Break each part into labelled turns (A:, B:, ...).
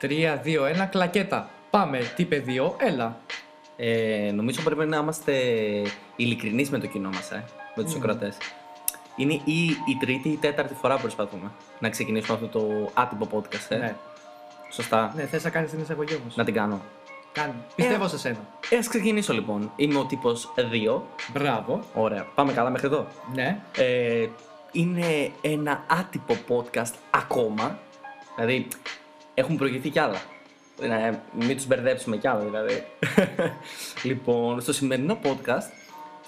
A: 3, 2, 1, κλακέτα. Πάμε, τι πεδίο, έλα.
B: Ε, νομίζω πρέπει να είμαστε ειλικρινείς με το κοινό μας, ε, με τους
A: Μμμ.
B: ακροατέ. Είναι ή η τρίτη ή η τέταρτη φορά που προσπαθούμε να ξεκινήσουμε αυτό το άτυπο podcast. Ε.
A: Ναι,
B: Σωστά.
A: ναι θες να κάνεις την εισαγωγή όμως.
B: Να την κάνω.
A: Κάνει. Πιστεύω σε σένα.
B: Ε, ας ξεκινήσω λοιπόν. Είμαι ο τύπος 2.
A: Μπράβο.
B: Ωραία. Πάμε καλά μέχρι εδώ.
A: Ναι.
B: Ε, είναι ένα άτυπο podcast ακόμα. Δηλαδή, έχουν προηγηθεί κι άλλα. Ναι, μην τους μπερδέψουμε κι άλλα δηλαδή. λοιπόν, στο σημερινό podcast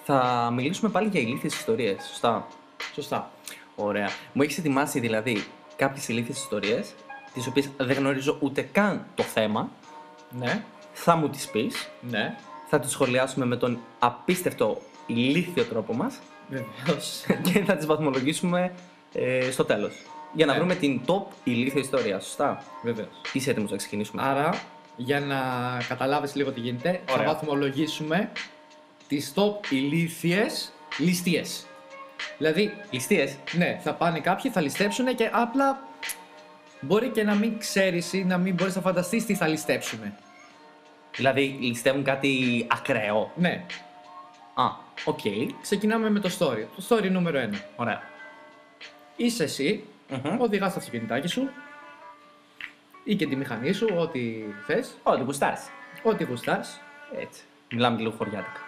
B: θα μιλήσουμε πάλι για ηλίθιες ιστορίες, σωστά.
A: Σωστά.
B: Ωραία. Μου έχεις ετοιμάσει δηλαδή κάποιες ηλίθιες ιστορίες, τις οποίες δεν γνωρίζω ούτε καν το θέμα.
A: Ναι.
B: Θα μου τις πεις,
A: Ναι.
B: θα τις σχολιάσουμε με τον απίστευτο ηλίθιο τρόπο μας
A: Βεβαίως.
B: και θα τις βαθμολογήσουμε ε, στο τέλος. Για να
A: Ναι.
B: βρούμε την top ηλίθια ιστορία, σωστά.
A: Βεβαίως.
B: Είσαι έτοιμος να ξεκινήσουμε.
A: Άρα, για να καταλάβεις λίγο τι γίνεται,
B: Ωραία.
A: θα βαθμολογήσουμε τις top ηλίθιες ληστείες. Δηλαδή,
B: Ληστείες.
A: ναι, θα πάνε κάποιοι, θα ληστέψουν και απλά μπορεί και να μην ξέρεις ή να μην μπορείς να φανταστείς τι θα ληστέψουν.
B: Δηλαδή, ληστεύουν κάτι ακραίο.
A: Ναι,
B: Α, οκ.
A: ξεκινάμε με το story. Το story νούμερο 1.
B: ωραια
A: Είσαι εσύ, οδηγά το αυτοκινητάκι σου ή και τη μηχανή σου, ό,τι θες,
B: Ό,τι γουστάρεις.
A: ό,τι γουστάς
B: Έτσι. Μιλάμε λίγο χωριάτικα.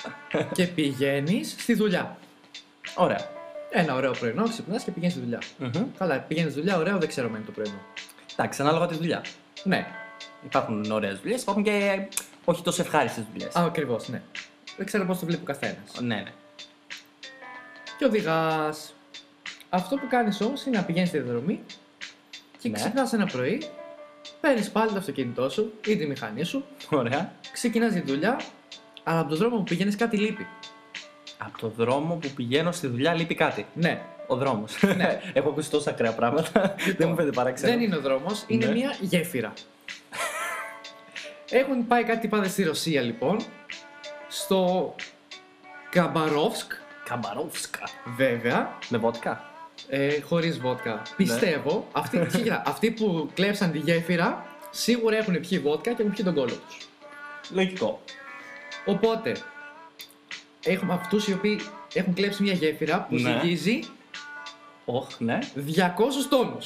A: και πηγαίνεις στη δουλειά.
B: Ωραία.
A: Ένα ωραίο πρωινό, ξυπνάς και πηγαίνεις στη δουλειά.
B: Μμμ.
A: Καλά, πηγαίνεις στη δουλειά, ωραίο, δεν ξέρω αν είναι το πρωινό.
B: Εντάξει, ανάλογα τη δουλειά.
A: Ναι,
B: Υπάρχουν ωραίες δουλειές, υπάρχουν και όχι τόσο ευχάριστες δουλειές.
A: ακριβώς, ναι. Δεν ξέρω πώς το βλέπει ο καθένας.
B: Ναι, ναι.
A: Και οδηγάς. Αυτό που κάνεις όμως είναι να πηγαίνεις στη διαδρομή και
B: Ναι.
A: ξυπνάς ένα πρωί, παίρνεις πάλι το αυτοκίνητό σου ή τη μηχανή σου,
B: Ωραία.
A: ξεκινάς τη δουλειά, αλλά από τον δρόμο που πηγαίνεις κάτι λείπει.
B: Από το δρόμο που πηγαίνω στη δουλειά λείπει κάτι.
A: Ναι,
B: Ο δρόμος.
A: Ναι.
B: Έχω ακούσει τόσα ακραία πράγματα. Λοιπόν, Δεν μου φαίνεται παράξενο.
A: Δεν είναι ο δρόμος, είναι
B: Ναι.
A: μια γέφυρα. Έχουν πάει κάτι πάνε στη Ρωσία λοιπόν, στο Καμπαρόφσκ,
B: Καμπαρόφσκα.
A: βέβαια,
B: Με βότκα.
A: ε, χωρίς βότκα.
B: Ναι.
A: Πιστεύω, αυτοί, κοίτα, αυτοί που κλέψαν τη γέφυρα σίγουρα έχουν πιει βότκα και έχουν πιει τον κόλλο τους.
B: Λογικό.
A: Οπότε, έχουμε αυτούς οι οποίοι έχουν κλέψει μια γέφυρα που
B: Ναι.
A: ζυγίζει
B: Οχ, ναι.
A: 200 τόνου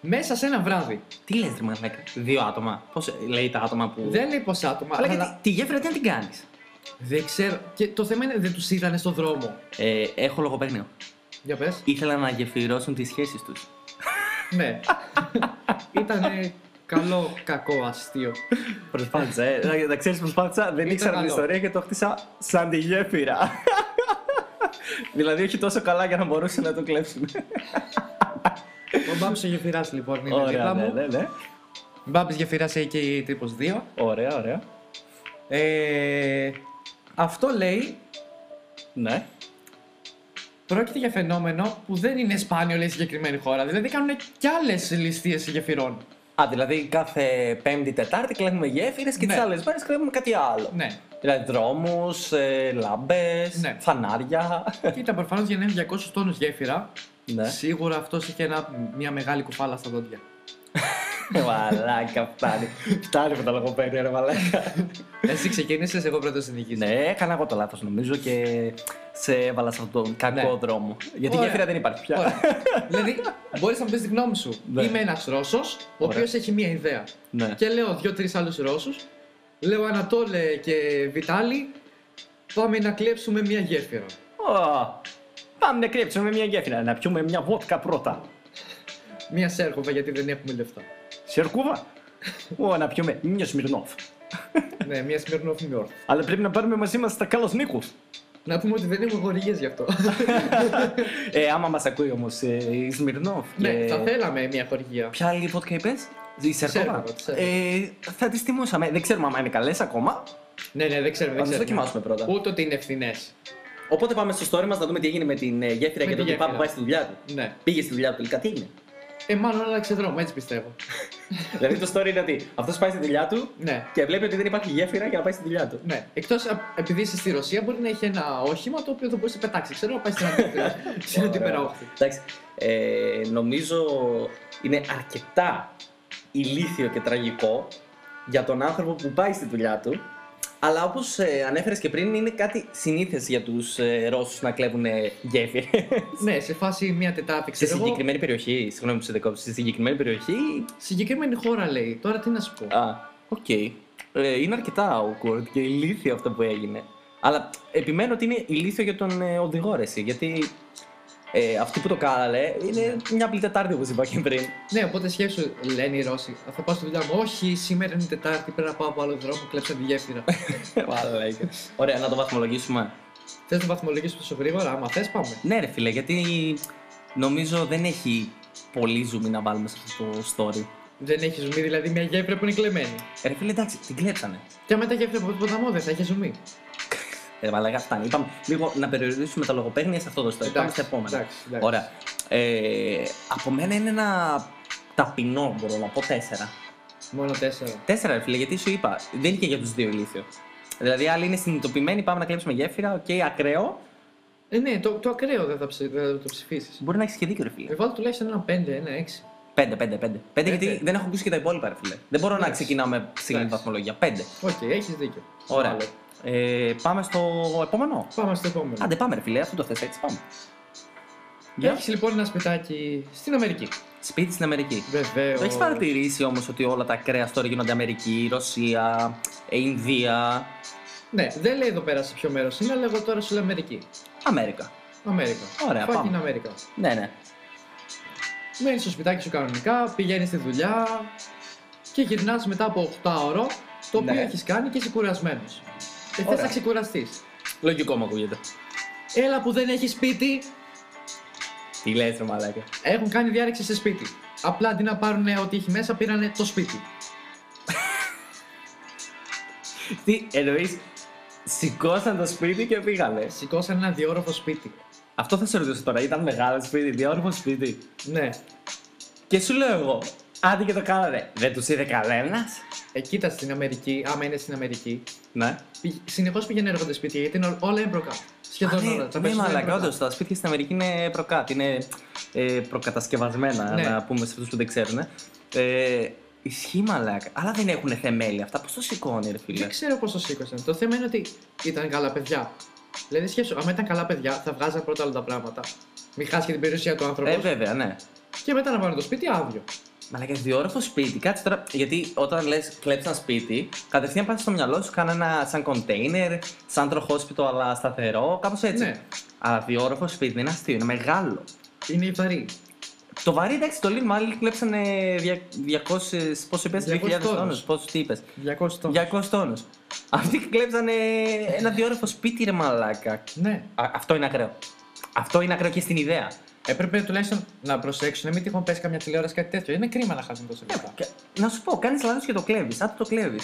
A: μέσα σε ένα βράδυ.
B: Τι λες, ρε μαλάκα. Δύο άτομα. Πώς λέει τα άτομα που.
A: Δεν λέει πόσα άτομα,
B: Αλλά
A: αλλά,
B: και τη, τη γέφυρα τι να την κάνεις.
A: δεν ξέρω. Και το θέμα είναι δεν τους είδανε στον δρόμο.
B: Ε, έχω λογοπαίγνιο.
A: Για πες.
B: Ήθελα να γεφυρώσουν τις σχέσεις τους.
A: ναι. Ήταν καλό, κακό, αστείο.
B: Προσπάθησα, ε. Να- Να ξέρεις, προσπάθησα. Δεν ήξερα την
A: καλό.
B: ιστορία και το χτίσα σαν τη γέφυρα. δηλαδή, όχι τόσο καλά για να μπορούσε να το κλέψουν.
A: Ο Μπάμπης ο Γεφυράς λοιπόν είναι
B: ωραία,
A: δίπλα
B: Ε, ναι,
A: μου.
B: ναι, ναι.
A: Μπάμπης Γεφυράς εκεί τύπος 2.
B: Ωραία, ωραία.
A: Ε, αυτό λέει
B: Ναι.
A: πρόκειται για φαινόμενο που δεν είναι σπάνιο λέει στη συγκεκριμένη χώρα. Δηλαδή κάνουν κι άλλες ληστείες γεφυρών.
B: Α, δηλαδή κάθε Πέμπτη, Τετάρτη κλέβουμε γέφυρες και
A: Ναι.
B: τι άλλες μέρες κλέβουμε κάτι άλλο.
A: Ναι.
B: Δηλαδή δρόμους, ε, λάμπες,
A: Ναι.
B: φανάρια.
A: Και ήταν προφανώς για να είναι 200 τόνους γέφυρα.
B: ναι.
A: Σίγουρα αυτός είχε ένα, μια μεγάλη κουφάλα στα δόντια.
B: Μαλάκα, φτάνει. Φτάνει με τα λογοπαίγνια, ρε μαλάκα.
A: Εσύ ξεκίνησες, εγώ πρώτα συνεχίζω.
B: ναι, έκανα εγώ το λάθος νομίζω και σε έβαλα σε αυτόν τον κακό
A: Ναι.
B: δρόμο. Γιατί η
A: Ωραία.
B: γέφυρα δεν υπάρχει πια.
A: Ωραία. δηλαδή, μπορείς να μου πεις τη γνώμη σου.
B: Ναι.
A: Είμαι ένας Ρώσος, ο
B: Ωραία.
A: οποίος έχει μία ιδέα.
B: Ναι.
A: Και λέω δύο-τρει άλλους Ρώσους. Λέω Ανατόλε και Βιτάλη, πάμε να κλέψουμε μία γέφυρα.
B: Ω, πάμε να κρύψουμε μια γέφυρα, να πιούμε μια βότκα πρώτα.
A: Μία Σέρχοβα, γιατί δεν έχουμε λεφτά.
B: Σερκούβα. Ω, να πιούμε μια Σμυρνόφ.
A: ναι, μία Σμύρνοφ Μιόρ.
B: Αλλά πρέπει να πάρουμε μαζί μας τα καλώς Νίκους.
A: Να πούμε ότι δεν έχουμε χορηγίε γι' αυτό.
B: Ε, άμα μας ακούει όμως ε, η Σμυρνόφ.
A: ναι,
B: και-
A: θα θέλαμε μία χορηγία.
B: Ποια άλλη βότκα είπες, η Σερκούβα.
A: Σέρκοβα, τη Σέρκοβα.
B: Ε, θα τις τιμούσαμε. Δεν ξέρουμε αν είναι καλές ακόμα.
A: ναι, ναι, δεν ξέρουμε.
B: Να
A: Δεν ξέρουμε.
B: τις δοκιμάσουμε πρώτα.
A: Ούτε ότι είναι ευθυνέ.
B: Οπότε πάμε στο story μας να δούμε τι έγινε με την ε, γέφυρα
A: Με
B: και
A: τη
B: τον τυπά που
A: γέφυρα.
B: πάει στη δουλειά του.
A: Ναι.
B: Πήγε στη δουλειά του τελικά, τι είναι.
A: Ε, μάλλον άλλαξε δρόμο, έτσι πιστεύω.
B: δηλαδή το story είναι ότι αυτός πάει στη δουλειά του
A: ναι.
B: και βλέπει ότι δεν υπάρχει γέφυρα για να πάει στη δουλειά του.
A: Ναι. Εκτός επειδή είσαι στη Ρωσία, μπορεί να έχει ένα όχημα το οποίο θα μπορούσε να πετάξεις. Ξέρω να πάει στην αντίπερα- στην
B: Ωραία.
A: αντίπερα όχθη.
B: Εντάξει. Ε, νομίζω είναι αρκετά ηλίθιο και τραγικό για τον άνθρωπο που πάει στη δουλειά του. Αλλά όπως ε, ανέφερες και πριν, είναι κάτι συνήθες για τους ε, Ρώσους να κλέβουν ε, γέφυρες.
A: Ναι, σε φάση μια Τετάρτη,
B: Στη
A: ξέρω εγώ.
B: συγκεκριμένη περιοχή, συγγνώμη που σε δεκόψω, στη συγκεκριμένη περιοχή.
A: Συγκεκριμένη χώρα λέει. Τώρα τι να σου πω.
B: Α, οκ. Ε, είναι αρκετά awkward και ηλίθιο αυτό που έγινε. Αλλά επιμένω ότι είναι ηλίθιο για τον ε, οδηγό, ρε, εσύ, γιατί ε, αυτή που το κάλαλε είναι μια απλή Τετάρτη, όπως είπα και πριν.
A: Ναι, οπότε σκέψου, λένε οι Ρώσοι. Θα πάω στη δουλειά μου. Όχι, σήμερα είναι Τετάρτη. Πρέπει να πάω από άλλο δρόμο. Κλέψα τη γέφυρα.
B: Μαλάκα. Ωραία, να το βαθμολογήσουμε.
A: Θες να βαθμολογήσουμε τόσο γρήγορα. Άμα θες, πάμε.
B: Ναι, ρε φίλε, γιατί νομίζω δεν έχει πολύ zoom να βάλουμε σε αυτό το story.
A: Δεν έχει ζουμί, δηλαδή μια γέφυρα που είναι κλεμμένη.
B: Ε, ρε φίλε, εντάξει, την κλέψανε.
A: Και άμα τα γέφυρα από τον ποταμό δεν θα είχε ζουμί.
B: Ε, μαλάκα, φτάνει. Είπαμε λίγο να περιορίσουμε τα λογοπαίγνια σε αυτό το story. Πάμε στα επόμενα.
A: εντάξει, εντάξει.
B: Ωραία. Ε, από μένα είναι ένα ταπεινό, μπορώ να πω, τέσσερα.
A: Μόνο τέσσερα.
B: Τέσσερα, ρε φίλε, γιατί σου είπα, δεν είναι και για τους δύο ηλίθιο. Δηλαδή, άλλοι είναι συνειδητοποιημένοι, πάμε να κλέψουμε γέφυρα, οκ, ακραίο.
A: Ε, ναι, το, το ακραίο δεν θα, ψη- δεν θα το ψηφίσεις.
B: Μπορεί να έχεις και δίκιο, ρε φίλε.
A: Εγώ βάλω τουλάχιστον ένα πέντε, ένα έξι.
B: Πέντε, πέντε, πέντε. Πέντε, γιατί
A: Πέντε.
B: δεν έχω ακούσει και τα υπόλοιπα, ρε φίλε. Δεν μπορώ να
A: Εντάξει.
B: ξεκινάω με ψηλή
A: Εντάξει.
B: βαθμολογία. Πέντε.
A: Οκ, έχεις δίκιο.
B: Ωραία.
A: Μάλλον.
B: Ε, πάμε στο επόμενο.
A: Πάμε στο επόμενο.
B: Άντε, πάμε, ρε φίλε, αυτό το θες έτσι, πάμε. Γεια.
A: Έχει λοιπόν ένα σπιτάκι στην Αμερική.
B: Σπίτι στην Αμερική.
A: Βεβαίως.
B: Το έχεις παρατηρήσει όμως ότι όλα τα κρέα τώρα γίνονται Αμερική, Ρωσία, ε, Ινδία,
A: Ναι, δεν λέει εδώ πέρα σε ποιο μέρος είναι, αλλά εγώ τώρα σου λέω Αμερική.
B: Αμέρικα.
A: Αμέρικα.
B: Ωραία,
A: Fucking
B: πάμε.
A: Αμέρικα.
B: Ναι, ναι.
A: Μένεις στο σπιτάκι σου κανονικά, πηγαίνεις στη δουλειά και γυρνάς μετά από 8 ώρο το οποίο
B: Ναι.
A: έχεις κάνει και είσαι κουρασμένος. Και θες
B: Ωραία.
A: να ξεκουραστείς.
B: Λογικό μου ακούγεται.
A: Έλα που δεν έχεις σπίτι,
B: Τι λες, ρε μαλάκα.
A: έχουν κάνει διάρρηξη σε σπίτι. Απλά αντί να πάρουν ό,τι έχει μέσα, πήρανε το σπίτι.
B: Τι εννοείς, σηκώσαν το σπίτι και πήγανε.
A: Σηκώσαν ένα διόροφο σπίτι.
B: Αυτό θα σε ρωτήσω τώρα, ήταν μεγάλο σπίτι, διόρμο σπίτι.
A: Ναι.
B: Και σου λέω εγώ, άντε και το κάνανε. Δεν τους είδε κανένας.
A: Ε, κοίτα στην Αμερική, άμα είναι στην Αμερική,
B: Ναι.
A: συνεχώ πηγαίνουν έρχονται σπίτια γιατί είναι όλα έμπροκα. Σχεδόν
B: Α, ναι,
A: όλα. τα
B: ναι,
A: περισσότερα
B: μαλάκα,
A: έμπροκα.
B: όντως, τα σπίτια στην Αμερική είναι προκάτ, είναι ε, προκατασκευασμένα,
A: Ναι.
B: να πούμε σε αυτούς που δεν ξέρουν. Ε, ισχύει μαλάκα, αλλά δεν έχουν θεμέλια αυτά, πώς το σηκώνει ρε φίλε.
A: Δεν ξέρω πώς το σήκωσαν. Το θέμα είναι ότι ήταν καλά παιδιά. Δηλαδή, σκέψου, αν ήταν καλά παιδιά, θα βγάζαν πρώτα όλα τα πράγματα. Μην χάσει και την περιουσία του άνθρωπου.
B: Ε, βέβαια, ναι.
A: και μετά να πάνε το σπίτι άδειο.
B: Μαλάκα, διόροφο σπίτι, κάτσε τώρα, γιατί όταν λες κλέψεις ένα σπίτι, κατευθείαν πας στο μυαλό σου, κάνε ένα σαν κοντέινερ, σαν τροχόσπιτο αλλά σταθερό, κάπως έτσι.
A: Ναι.
B: Αλλά διόροφο σπίτι δεν είναι αστείο, είναι μεγάλο.
A: Είναι βαρύ.
B: Το βαρύ, εντάξει, το λίγο άλλοι κλέψανε 200. Πόσο είπες,
A: 200
B: 2.000
A: τόνους.
B: τόνους. Πόσο τι είπες,
A: 200 τόνους.
B: 200 τόνους. Αυτοί κλέψανε ένα διόροφο σπίτι, ρε μαλάκα. Α,
A: Ναι.
B: αυτό είναι ακραίο. Αυτό είναι ακραίο και στην ιδέα.
A: Έπρεπε τουλάχιστον να προσέξουν, μην τυχόν πέσει καμιά τηλεόραση κάτι τέτοιο. Είναι κρίμα να χάσουν τόσο λεφτά.
B: Ε, Και- Να σου πω, κάνεις λάθος και το κλέβεις. Αν το κλέβεις.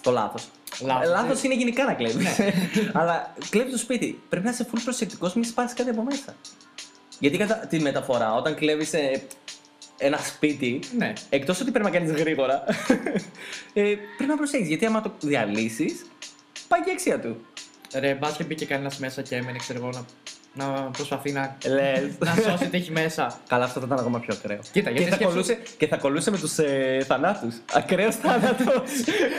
B: Το λάθος.
A: Λάθος,
B: Λάθος
A: ναι.
B: είναι γενικά να κλέβεις. Αλλά κλέβεις το σπίτι. Πρέπει να είσαι full προσεκτικός, μην σπάσει κάτι από μέσα. Γιατί κατά τη μεταφορά, όταν κλέβεις ένα σπίτι,
A: Ναι.
B: Εκτός ότι πρέπει να κάνεις γρήγορα, ε, πρέπει να προσέχεις. Γιατί άμα το διαλύσεις, πάει και η αξία του.
A: Ρε, μπας και μπήκε κανένας μέσα και έμενε, ξέρω εγώ, να, να προσπαθεί να,
B: Λες.
A: να σώσει τι έχει μέσα.
B: Καλά, αυτό θα ήταν ακόμα πιο ακραίο.
A: Κοίτα, γιατί
B: και, θα
A: σκέψου-
B: κολούσε, και θα κολούσε με τους ε, θανάτους. Ακραίος θάνατος.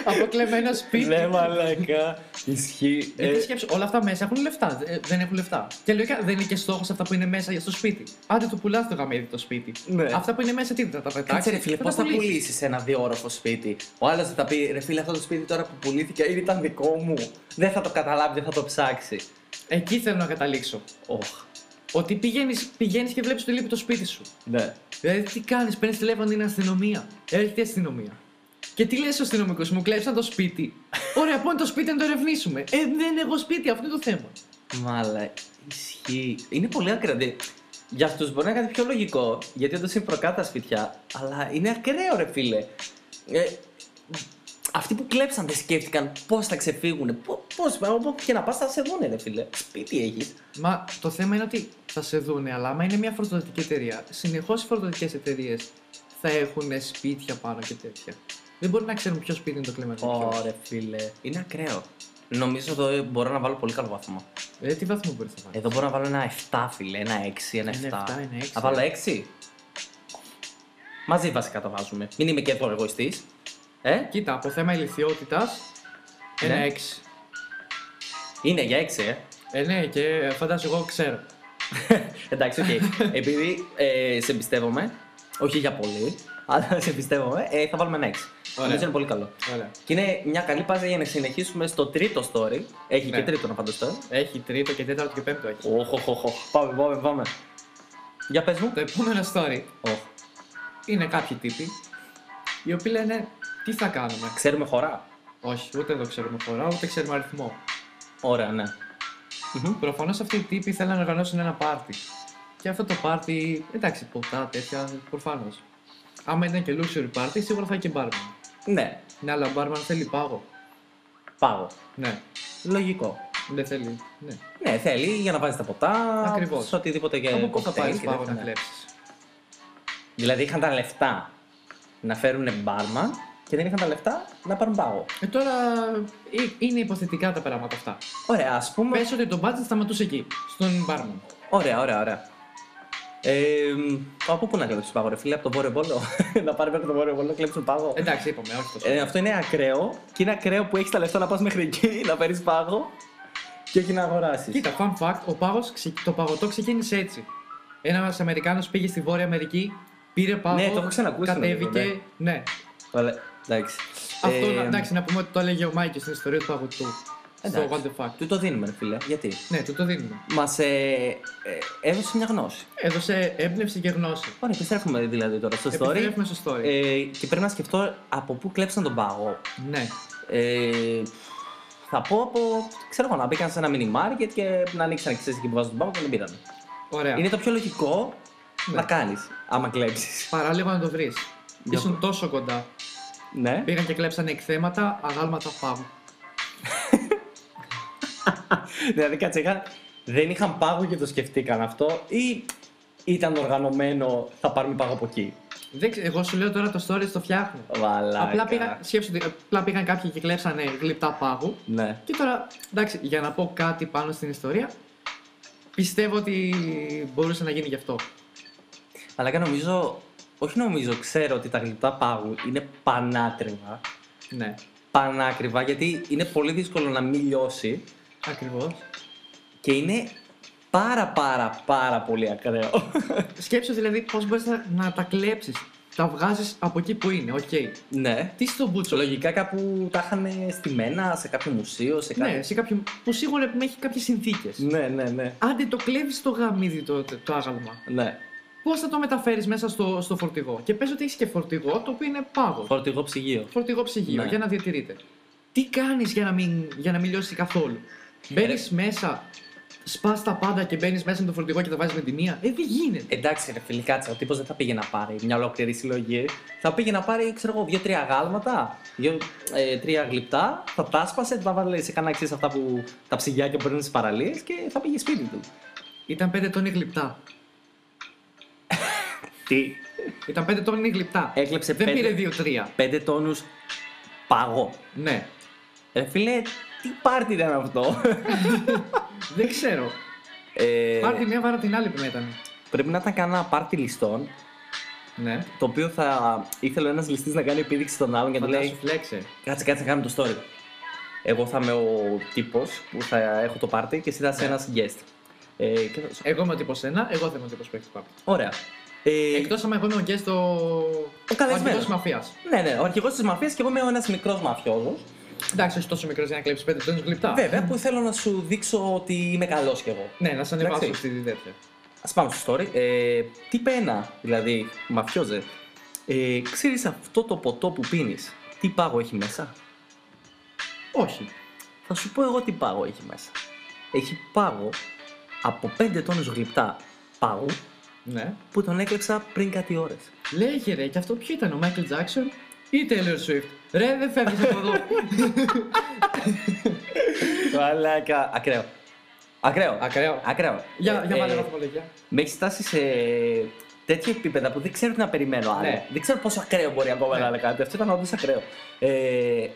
A: Από κλεμμένο σπίτι.
B: ναι, μαλακά. Ισχύει.
A: Γιατί
B: Ε,
A: σκέψου, όλα αυτά μέσα έχουν λεφτά. ε, Δεν έχουν λεφτά. Και λογικά δεν είναι και στόχος αυτά που είναι μέσα στο σπίτι. Άντε του πουλάς το γαμίδι το σπίτι.
B: Ναι.
A: Αυτά που είναι μέσα τι θα τα πετάξεις.
B: Κάτσε ρε φίλε, πώς θα πουλήσεις ένα διόροφο σπίτι. Ο άλλος θα τα πει ρε φίλε, αυτό το σπίτι τώρα που πουλήθηκε ήδη ήταν δικό μου. Δεν θα το καταλάβει, δεν θα το ψάξει.
A: Εκεί θέλω να καταλήξω.
B: Οχ.
A: Ότι πηγαίνεις πηγαίνεις και βλέπεις το λείπει το σπίτι σου.
B: Ναι.
A: Δηλαδή τι κάνεις, παίρνεις τηλέφωνο την αστυνομία. Έρχεται η αστυνομία. Και τι λες ο αστυνομικός, μου κλέψαν το σπίτι. Ωραία, πού είναι το σπίτι να το ερευνήσουμε. Ε, δεν είναι εγώ σπίτι, αυτό είναι το θέμα.
B: Μαλά, ισχύει. Είναι πολύ ακραίο. δηλαδή, Για αυτούς μπορεί να είναι κάτι πιο λογικό, γιατί όντως είναι προκάτα σπιτιά, αλλά είναι ακραίο, ρε φίλε. Ε, αυτοί που κλέψαν δεν σκέφτηκαν πώς θα ξεφύγουν. Πώς, όπου και να πας, θα σε δούνε, ρε φίλε. Σπίτι έχεις.
A: Μα το θέμα είναι ότι θα σε δούνε, αλλά άμα είναι μια φορτωτική εταιρεία, συνεχώς οι φορτωτικές εταιρείες θα έχουν σπίτια πάνω και τέτοια. Δεν μπορεί να ξέρουν ποιος σπίτι είναι το κλεμμένο. και ποιο.
B: Ωρε φίλε. Είναι ακραίο. Νομίζω εδώ ε, μπορώ να βάλω πολύ καλό βαθμό.
A: Ε, τι βαθμό μπορείς να βάλεις.
B: Εδώ μπορώ να βάλω ένα 7, φίλε. Ένα 6, ένα 7.
A: Ένα 7, ένα 6.
B: Να βάλω 6. Μαζί βασικά τα βάζουμε. Μην είμαι και εδώ εγωιστής. Ε,
A: Κοίτα, από θέμα ηλικιότητας, ένα
B: Ναι.
A: 6.
B: είναι για έξι, ε.
A: Ε, ναι, και φαντάζομαι εγώ ξέρω.
B: Εντάξει, οκ. Επειδή ε, σε εμπιστεύομαι, όχι για πολύ, αλλά σε εμπιστεύομαι, ε, θα βάλουμε ένα έξι.
A: Ωραία.
B: Νομίζω είναι πολύ καλό.
A: Ωραία.
B: Και είναι μια καλή πάση για να συνεχίσουμε στο τρίτο story. Έχει
A: Ναι.
B: και τρίτο να φανταστώ. ε.
A: Έχει τρίτο και τέταρτο και πέμπτο έχει.
B: Οχ, οχ, οχ, οχ. Πάμε, πάμε, πάμε. Για πες μου.
A: Το επόμενο story
B: Οχ.
A: είναι κάποιοι τύποι οι οποίοι λένε τι θα κάνουμε.
B: Ξέρουμε χώρα.
A: Όχι, ούτε εδώ ξέρουμε φορά, ούτε ξέρουμε αριθμό.
B: Ωραία, ναι. Μμμ.
A: Προφανώς αυτοί οι τύποι θέλουν να οργανώσουν ένα πάρτι. Και αυτό το πάρτι, εντάξει, ποτά τέτοια, προφανώς. Άμα ήταν και luxury party, σίγουρα θα είχε και barman.
B: Ναι,
A: Ναι, αλλά ο barman θέλει πάγο.
B: πάγο.
A: Ναι,
B: Λογικό.
A: δεν θέλει. Ναι.
B: Ναι, θέλει για να βάζεις τα ποτά.
A: Ακριβώς.
B: Σε οτιδήποτε και
A: Από πού θα
B: κοκτέιλ
A: πάρεις
B: και
A: πάγο
B: τέτοια,
A: να
B: ναι.
A: κλέψεις.
B: Δηλαδή είχαν τα λεφτά να φέρουν μπάρμα και δεν είχαν τα λεφτά να πάρουν πάγο.
A: Ε, τώρα ε, είναι υποθετικά τα πράγματα αυτά.
B: Ωραία, ας πούμε.
A: Πες ότι το budget σταματούσε εκεί, στον barman.
B: Ωραία, ωραία, ωραία. Ε, μ, από πού να κλέψουν πάγο, ρε φίλε, από το βόρειο πόλο. να πάρει μέχρι το βόρειο πόλο, κλέψουν πάγο.
A: Εντάξει, είπαμε, όχι τόσο.
B: Ε, αυτό είναι ακραίο και είναι ακραίο που έχεις τα λεφτά να πας μέχρι εκεί, να παίρνεις πάγο και όχι να αγοράσεις.
A: Κοίτα, fun fact, ο πάγος, ξε- το παγωτό ξεκίνησε έτσι. Ένας Αμερικάνος πήγε στη Βόρεια Αμερική, πήρε πάγο.
B: Ναι, το έχω ξανακούσει,
A: Κατέβηκε.
B: νομίζω,
A: ναι.
B: Ωραία, εντάξει.
A: Αυτό
B: Ε,
A: να, εντάξει, να πούμε ότι το έλεγε ο Μάικης στην ιστορία του παγωτού. Στο
B: εντάξει.
A: What the fuck.
B: Του το δίνουμε, ρε φίλε. Γιατί.
A: Ναι, του το δίνουμε.
B: Μας ε, ε, έδωσε μια γνώση.
A: Έδωσε έμπνευση και γνώση.
B: Ωραία, επιστρέφουμε δηλαδή τώρα στο story.
A: Επιστρέφουμε στο story.
B: Ε, και πρέπει να σκεφτώ από πού κλέψαν τον πάγο.
A: Ναι.
B: Ε, θα πω από. ξέρω εγώ, να μπήκαν σε ένα mini market και να ανοίξαν ξέρεις, εκεί που βάζουν τον πάγο και τον πήραν.
A: Ωραία.
B: Είναι το πιο λογικό
A: Ναι.
B: να κάνεις άμα κλέψεις.
A: Παρά λίγο να το βρεις.
B: Για
A: Ήσουν τόσο κοντά.
B: Ναι.
A: Πήγαν και κλέψανε εκθέματα, αγάλματα πάγου.
B: δηλαδή, κάτσε, είχαν- δεν είχαν πάγο και το σκεφτήκαν αυτό, ή ήταν οργανωμένο, θα πάρουμε πάγο από εκεί.
A: Δεν ξε- εγώ σου λέω τώρα το story στο φτιάχνω.
B: Βαλάκα.
A: Απλά πήγαν, σκέψου ότι απλά πήγαν κάποιοι και κλέψανε γλυπτά πάγου.
B: Ναι.
A: Και τώρα, εντάξει, για να πω κάτι πάνω στην ιστορία, πιστεύω ότι μπορούσε να γίνει γι' αυτό.
B: Αλλά και νομίζω, όχι νομίζω, ξέρω ότι τα γλυπτά πάγου είναι πανάκριβα.
A: Ναι,
B: Πανάκριβα γιατί είναι πολύ δύσκολο να μην λιώσει
A: ακριβώς.
B: και είναι πάρα πάρα πάρα πολύ ακραίο.
A: Σκέψου δηλαδή πώς μπορείς να, να τα κλέψεις. Τα βγάζεις από εκεί που είναι, οκ.
B: ναι.
A: Τι στο μπούτσο,
B: Λογικά κάπου τα είχαν στημένα σε κάποιο μουσείο, σε
A: Ναι,
B: κάποιο.
A: σε κάποιον που σίγουρα έχει κάποιες συνθήκες.
B: Ναι, ναι, ναι.
A: Άντε το κλέβεις το γαμίδι το, το, το άγαλμα.
B: ναι.
A: Πώς θα το μεταφέρεις μέσα στο, στο φορτηγό. Και πες ότι έχεις και φορτηγό το οποίο είναι πάγος.
B: Φορτηγό ψυγείο.
A: Φορτηγό ψυγείο
B: Ναι.
A: για να διατηρείται. Τι κάνεις για, να μην- για να μην λιώσει καθόλου.
B: Ε.
A: Μπαίνεις μέσα, σπάς τα πάντα και μπαίνεις μέσα με το φορτηγό και τα βάζεις με τη μία. Ε, δεν γίνεται.
B: Εντάξει, ρε φίλε, κάτσε. Ο τύπος δεν θα πήγε να πάρει μια ολόκληρη συλλογή. Θα πήγε να πάρει, ξέρω εγώ, δύο-τρία γάλματα, δύο, ε, τρία γλυπτά. Θα τα σπάσε, τα βάλε σε κανένα ξέρεις, αυτά που τα ψυγιάκια που παίρνουν στι παραλίε και θα πήγε σπίτι του.
A: Ήταν 5 τόνοι γλυπτά.
B: Τι.
A: Ήταν 5 τόνοι γλυπτά.
B: Έκλεψε
A: δεν
B: πέντε-
A: πήρε 2-3.
B: Πέντε τόνους παγό.
A: Ναι.
B: Ρε φίλε, τι πάρτι ήταν αυτό.
A: Δεν ξέρω.
B: ε,
A: Πάρ τη μία βάρα την άλλη που με ήταν.
B: Πρέπει να ήταν κανένα πάρτι ληστών.
A: Ναι.
B: Το οποίο θα ήθελε ένας ληστής να κάνει επίδειξη στον άλλον και να του
A: Φαντάσου
B: Ε, λέει:
A: φλέξε.
B: Κάτσε, κάτσε, κάνουμε το story. Εγώ θα είμαι ο τύπος που θα έχω το πάρτι και εσύ θα είσαι
A: Ναι.
B: ένας guest. Ε, και θα-
A: Εγώ είμαι ο τύπος 1, εγώ δεν είμαι ο τύπος που έχει πάρει.
B: Ωραία. Ε,
A: Εκτός αν εγώ είμαι ο γκέ στο.
B: Ο καλεσμένος.
A: μαφίας.
B: Ναι, ναι, ο αρχηγός της μαφίας και εγώ είμαι ένας μικρός μαφιόζος.
A: Εντάξει, όχι τόσο μικρός για να κλέψεις 5 τόνου γλυπτά.
B: Βέβαια, που θέλω να σου δείξω ότι είμαι καλός κι εγώ.
A: Ναι, να σε ανεβάσω
B: Εντάξει.
A: στη τέτοια.
B: Ας πάμε στο story. Ε, τι πένα, δηλαδή, μαφιόζε. Ε, Ξέρεις αυτό το ποτό που πίνεις, τι πάγο έχει μέσα.
A: Όχι.
B: Θα σου πω εγώ τι πάγο έχει μέσα. Έχει πάγο από 5 τόνους γλυπτά πάγου
A: Ναι.
B: που τον έκλεψα πριν κάτι ώρες.
A: Λέγε ρε, και αυτό ποιο ήταν, ο Michael Jackson ή η Taylor Swift. Ρε, δεν φεύγεις από εδώ.
B: Βαλάκα. Ακραίο. Ακραίο.
A: Ακραίο.
B: Ακραίο.
A: για για
B: Ε,
A: βάλε
B: ε,
A: βαθμολογία.
B: Με έχεις φτάσει σε τέτοια επίπεδα που δεν ξέρω τι να περιμένω άλλο.
A: Ναι.
B: Δεν ξέρω πόσο ακραίο μπορεί ακόμα
A: Ναι.
B: να είναι κάτι. Αυτό ήταν όντως ακραίο. Ε,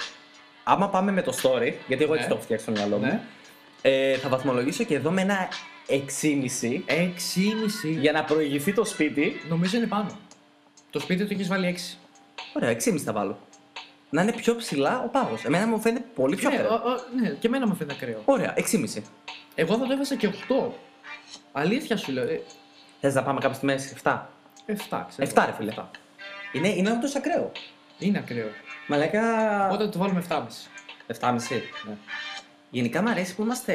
B: άμα πάμε με το story, γιατί εγώ έτσι
A: Ναι.
B: το έχω φτιάξει στο μυαλό μου,
A: Ναι.
B: ε, θα βαθμολογήσω και εδώ με ένα 6,5
A: 6,5.
B: για να προηγηθεί το σπίτι
A: Νομίζω είναι πάνω. Το σπίτι του έχεις βάλει 6.
B: Ωραία, 6,5 θα βάλω. Να είναι πιο ψηλά ο πάγος. Εμένα μου φαίνεται πολύ πιο
A: ναι,
B: ακραίο.
A: ο- ο- ναι, και εμένα μου φαίνεται ακραίο.
B: Ωραία, 6,5.
A: Εγώ θα το έβαζα και 8. Αλήθεια σου λέω.
B: Θες να πάμε κάποια στη μέση, 7.
A: 7, ξέρω.
B: 7 ρε φίλε. Είναι, είναι όντως ακραίο.
A: Είναι ακραίο.
B: Μαλάκα.
A: Όταν το βάλουμε 7,5.
B: 7,5. Ναι. Γενικά μου αρέσει που είμαστε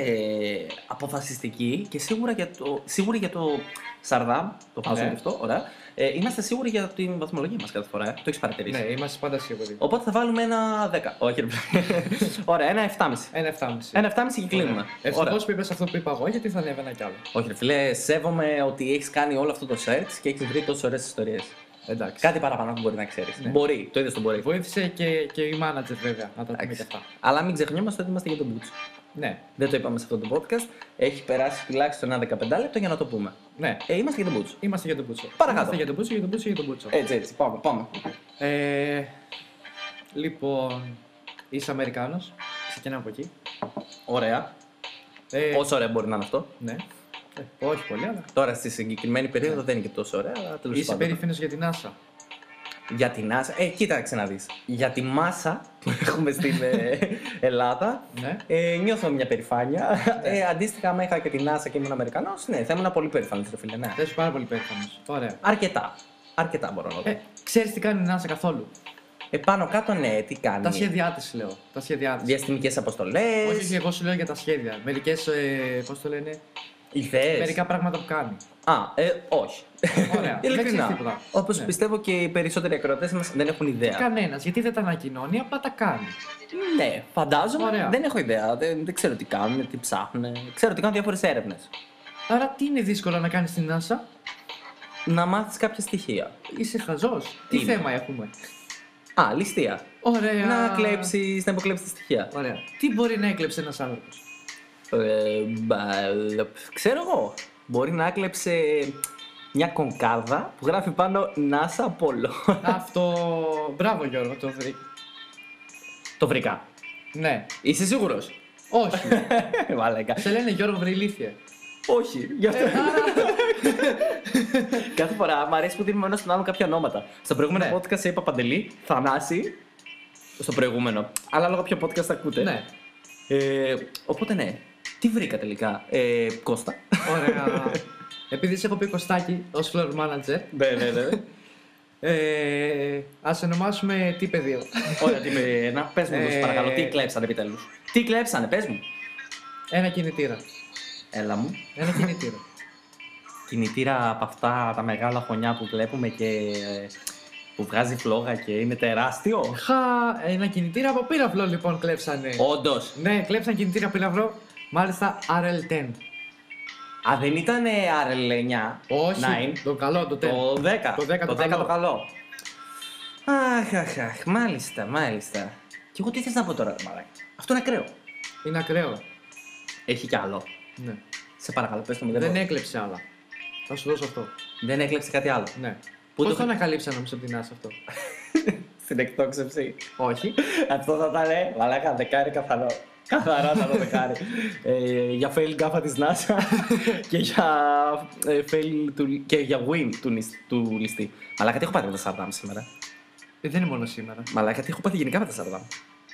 B: αποφασιστικοί και σίγουρα για το, σίγουροι για το Σαρδάμ, το χάζω
A: Ναι.
B: και αυτό, ωραία. Ε, είμαστε σίγουροι για την βαθμολογία μας κάθε φορά. ε. Το έχεις παρατηρήσει.
A: Ναι, είμαστε πάντα σίγουροι.
B: Οπότε θα βάλουμε ένα 10. Όχι, ρε παιδί. Ωραία, ένα 7,5.
A: Ένα 7,5.
B: Ένα 7,5 και κλείνουμε. Ωραία.
A: Ευτυχώ που είπες αυτό που είπα εγώ, γιατί θα ανέβαινα κι άλλο.
B: Όχι, ρε φίλε, σέβομαι ότι έχεις κάνει όλο αυτό το search και έχεις βρει τόσες ωραίες ιστορίες.
A: Εντάξει.
B: Κάτι παραπάνω που μπορεί να ξέρεις.
A: Ναι.
B: Μπορεί, το είδες τον μπορεί.
A: Βοήθησε και, και η manager βέβαια να τα πούμε και
B: Εντάξει.
A: αυτά.
B: Αλλά μην ξεχνιόμαστε ότι είμαστε για τον Μπούτσο.
A: Ναι,
B: Δεν το είπαμε σε αυτό το podcast. Έχει περάσει τουλάχιστον ένα 15 λεπτό για να το πούμε.
A: ναι.
B: Ε, είμαστε για τον Μπούτσο.
A: Είμαστε για τον Μπούτσο.
B: Παρακάτω.
A: Είμαστε για τον Μπούτσο, για τον Μπούτσο, για τον Μπούτσο.
B: Έτσι, έτσι. Πάμε, πάμε.
A: Ε, λοιπόν, είσαι Αμερικάνος. Ξεκινάμε από εκεί.
B: Ωραία.
A: Ε,
B: Όσο ωραία μπορεί να είναι αυτό.
A: Ναι. Ε, όχι πολύ, αλλά.
B: Τώρα στη συγκεκριμένη περίοδο δεν είναι και τόσο ωραία, αλλά τέλος
A: Είσαι
B: πάντων.
A: περήφανος για την NASA.
B: Για την NASA. Ε, κοίταξε να δεις. Για τη μάσα που έχουμε στην ε, Ελλάδα,
A: Ναι.
B: Ε, νιώθω μια περηφάνεια. Ε, αντίστοιχα, άμα είχα και την NASA και ήμουν Αμερικανός, ναι, θα ήμουν πολύ περήφανος, ρε φίλε. Ναι.
A: Θα είσαι πάρα πολύ περήφανος. Ωραία.
B: Αρκετά. Αρκετά μπορώ να πω. Ε,
A: Ε, Ξέρεις τι κάνει η NASA καθόλου.
B: πάνω κάτω, ναι, τι κάνει.
A: Τα σχέδιά της, λέω. Τα σχέδιά της.
B: Διαστημικές αποστολές,
A: Όχι, όχι, εγώ σου λέω για τα σχέδια. Μερικές. Ε, Πώς το λένε.
B: ιδέε.
A: Μερικά πράγματα που κάνει.
B: Α, ε, όχι.
A: Ωραία. δεν ξέρει τίποτα.
B: Ειλικρινά. Όπως
A: Ναι.
B: πιστεύω και οι περισσότεροι ακροατές μας δεν έχουν ιδέα.
A: Κανένας. Γιατί δεν τα ανακοινώνει, απλά τα κάνει.
B: Ναι, φαντάζομαι.
A: Ωραία.
B: Δεν έχω ιδέα. Δεν, δεν ξέρω τι κάνουν, τι ψάχνουν. Ξέρω ότι κάνουν διάφορες έρευνες.
A: Άρα τι είναι δύσκολο να κάνεις στην NASA,
B: Να μάθεις κάποια στοιχεία.
A: είσαι χαζός. Τι
B: Είναι.
A: θέμα έχουμε.
B: Α, ληστεία.
A: Ωραία.
B: Να κλέψεις, να υποκλέψεις στοιχεία.
A: Ωραία. Τι μπορεί να έκλεψε ένας άνθρωπος.
B: Ε, μπα, λ, ξέρω εγώ. Μπορεί να έκλεψε μια κονκάρδα που γράφει πάνω NASA Apollo.
A: Αυτό. Μπράβο, Γιώργο, το βρήκε.
B: Το βρήκα.
A: Ναι.
B: Είσαι σίγουρος.
A: Όχι.
B: Μαλάκα.
A: Σε λένε Γιώργο Βρυλίθιε.
B: Όχι. Γι'
A: Ε,
B: αυτό. Κάθε φορά μου αρέσει που δίνουμε ένα στον άλλον κάποια ονόματα. Στο προηγούμενο
A: Ναι.
B: podcast σε είπα Παντελή, Θανάση. Στο προηγούμενο. Αλλά λόγω ποιο podcast θα ακούτε.
A: Ναι.
B: Ε, οπότε ναι. Τι βρήκα τελικά. Ε, Κώστα.
A: Ωραία. Επειδή σε έχω πει Κωστάκη ως floor manager,
B: ναι, ναι, ναι.
A: ε, ας ονομάσουμε τι πεδίο.
B: Ωραία, τι με- να πες μου,
A: Ε,
B: σε παρακαλώ, τι κλέψανε επιτέλους. Τι κλέψανε, πες μου.
A: Ένα κινητήρα.
B: Έλα μου.
A: Ένα κινητήρα.
B: Κινητήρα από αυτά τα μεγάλα χωνιά που βλέπουμε και ε, που βγάζει φλόγα και είναι τεράστιο.
A: Χα, ένα κινητήρα από πύραυλο λοιπόν κλέψανε.
B: Όντως.
A: Ναι, κλέψαν κινητήρα πύραυλο. Μάλιστα RL10.
B: Α, δεν ήταν RL9.
A: Όχι.
B: 9,
A: Το καλό, το 10.
B: το 10.
A: Το 10 το
B: καλό.
A: καλό.
B: Αχ, αχ, αχ, μάλιστα, μάλιστα. Και εγώ τι θες να πω τώρα, ρε μαλάκα. Αυτό είναι ακραίο.
A: Είναι ακραίο.
B: Έχει κι άλλο.
A: Ναι.
B: Σε παρακαλώ, πες το μηδέν.
A: Δεν έκλεψε άλλα. Θα σου δώσω αυτό.
B: δεν έκλεψε κάτι άλλο.
A: Ναι.
B: Πού
A: Πώ το
B: το-
A: ανακαλύψαν όμως από την NASA αυτό.
B: Στην εκτόξευση.
A: Όχι.
B: Αυτό θα ήταν, μαλάκα, δεκάρι καθαρό. Καθαρά θα το δεκάρι. ε, για fail γκάφα της NASA και για ε, fail του, και για win του, νησ- του ληστή. Μαλάκα, τι έχω πάθει με τα Σαρδάμ σήμερα.
A: Ε, δεν είναι μόνο σήμερα.
B: Μαλάκα, τι έχω πάθει γενικά με τα Σαρδάμ.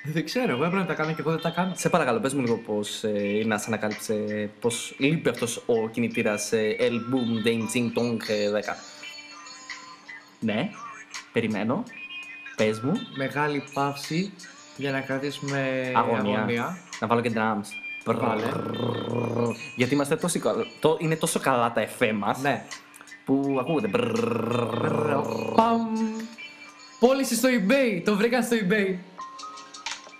A: Δεν ξέρω, εγώ έπρεπε να τα κάνω και εγώ δεν τα κάνω.
B: Σε παρακαλώ, πες μου λίγο πώς ε, η NASA ανακάλυψε, πώς λείπει αυτός ο κινητήρας ε, El Boom Ding Ching Tong ε, 10. Ναι, περιμένω. Πες μου,
A: Μεγάλη παύση για να κρατήσουμε
B: Αγωνία.
A: αγωνία.
B: να βάλω και drums.
A: Βάλε.
B: Γιατί είμαστε τόσο καλ... το... είναι τόσο καλά τα εφέ μας
A: Ναι.
B: που ακούγονται.
A: Παμ. Πώληση στο eBay. Το βρήκα στο eBay.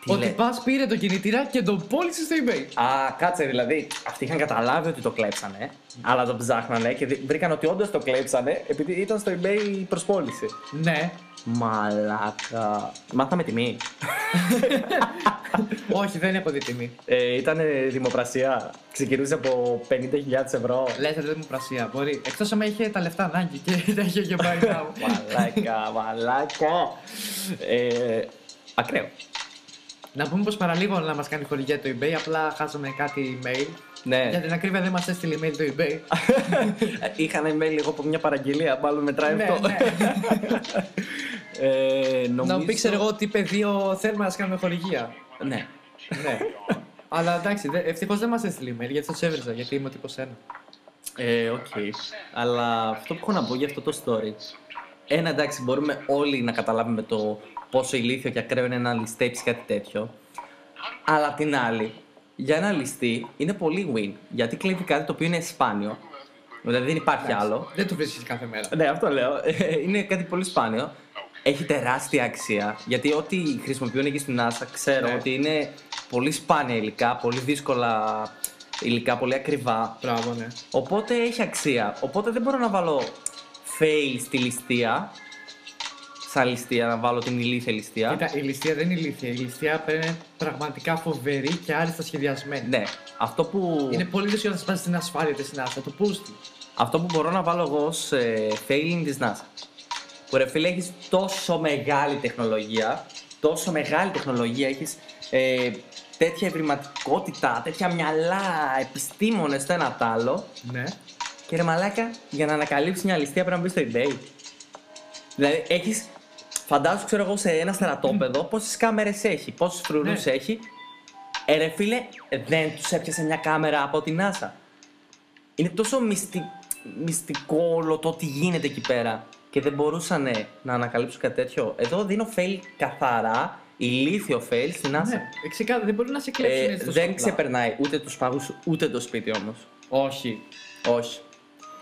B: Τι
A: Ο
B: λέει?
A: τυπάς πήρε το κινητήρα και τον πώλησε στο eBay.
B: Α, κάτσε δηλαδή. Αυτοί είχαν καταλάβει ότι το κλέψανε, αλλά το ψάχνανε και δι- βρήκαν ότι όντω το κλέψανε επειδή ήταν στο eBay η προσπόληση.
A: Ναι.
B: Μαλάκα. Μάθαμε τιμή.
A: Όχι, δεν έχω δει τιμή.
B: Ε, ήταν δημοπρασία. Ξεκινούσε από 50.000 ευρώ.
A: Λες ρε δημοπρασία, μπορεί. Εκτός αν είχε τα λεφτά ανάγκη και τα είχε και πάει κάπου.
B: Μαλάκα, μαλάκα. Ε, ακραίο.
A: Να πούμε πως παραλίγο να μας κάνει χορηγία το eBay, απλά χάσαμε κάτι email Για
B: Ναι.
A: την ακρίβεια δεν μας έστειλε email το eBay.
B: Είχα ένα email εγώ από μια παραγγελία, μάλλον μετράει
A: Ναι,
B: αυτό.
A: ναι.
B: Ε, νομίζω...
A: Να μου πεις, ξέρω εγώ, τι πεδίο θέλουμε να σας κάνουμε χορηγία.
B: Ναι.
A: ναι. Αλλά εντάξει, ευτυχώς δεν μας έστειλε email γιατί θα τους έβριζα, γιατί είμαι ο τύπος 1.
B: Ε, οκ. Αλλά αυτό που έχω να πω για αυτό το story. Ένα εντάξει, μπορούμε όλοι να καταλάβουμε το πόσο ηλίθιο και ακραίο είναι να ληστέψεις κάτι τέτοιο. Αλλά απ' την άλλη, για ένα ληστή είναι πολύ win. Γιατί κλέβει κάτι το οποίο είναι σπάνιο. Δηλαδή δεν υπάρχει άλλο.
A: Δεν το βρίσκεις κάθε μέρα.
B: Ναι, αυτό λέω. Ε, Είναι κάτι πολύ σπάνιο. Έχει τεράστια αξία. Γιατί ό,τι χρησιμοποιούν εκεί στην NASA ξέρω
A: Ναι.
B: ότι είναι πολύ σπάνια υλικά, πολύ δύσκολα υλικά, πολύ ακριβά.
A: Μπράβο, ναι.
B: Οπότε έχει αξία. Οπότε δεν μπορώ να βάλω fail στη ληστεία. Σαν ληστεία, να βάλω την ηλίθια ληστεία.
A: Κοίτα, η ληστεία δεν είναι ηλίθεια. Η ληστεία είναι πραγματικά φοβερή και άριστα σχεδιασμένη.
B: Ναι. Αυτό που,
A: Είναι πολύ δύσκολο να σπάσει την ασφάλεια της στην άστα, το πούστη.
B: αυτό που μπορώ να βάλω εγώ ως ε, failing της NASA. Που ρε φίλε έχεις τόσο μεγάλη τεχνολογία, τόσο μεγάλη τεχνολογία, έχεις ε, τέτοια ευρηματικότητα, τέτοια μυαλά, επιστήμονες το ένα τ' άλλο.
A: Ναι.
B: Και ρε μαλάκα, για να ανακαλύψεις μια ληστεία πρέπει να μπεις στο eBay. Δηλαδή έχεις, φαντάζομαι ξέρω εγώ σε ένα στρατόπεδο πόσες κάμερες έχει, πόσους φρουρούς
A: Ναι.
B: έχει. Ε ρε φίλε, δεν τους έπιασε μια κάμερα από την NASA. Είναι τόσο μυστι... μυστικό όλο το τι γίνεται εκεί πέρα και δεν μπορούσαν να ανακαλύψουν κάτι τέτοιο. Εδώ δίνω fail καθαρά, ηλίθιο fail στην NASA.
A: Ναι, ξεκάθαρα δεν μπορεί να σε κλέψει.
B: Ε, δεν ξεπερνάει ούτε τους παγούς ούτε το σπίτι όμως.
A: Όχι.
B: Όχι.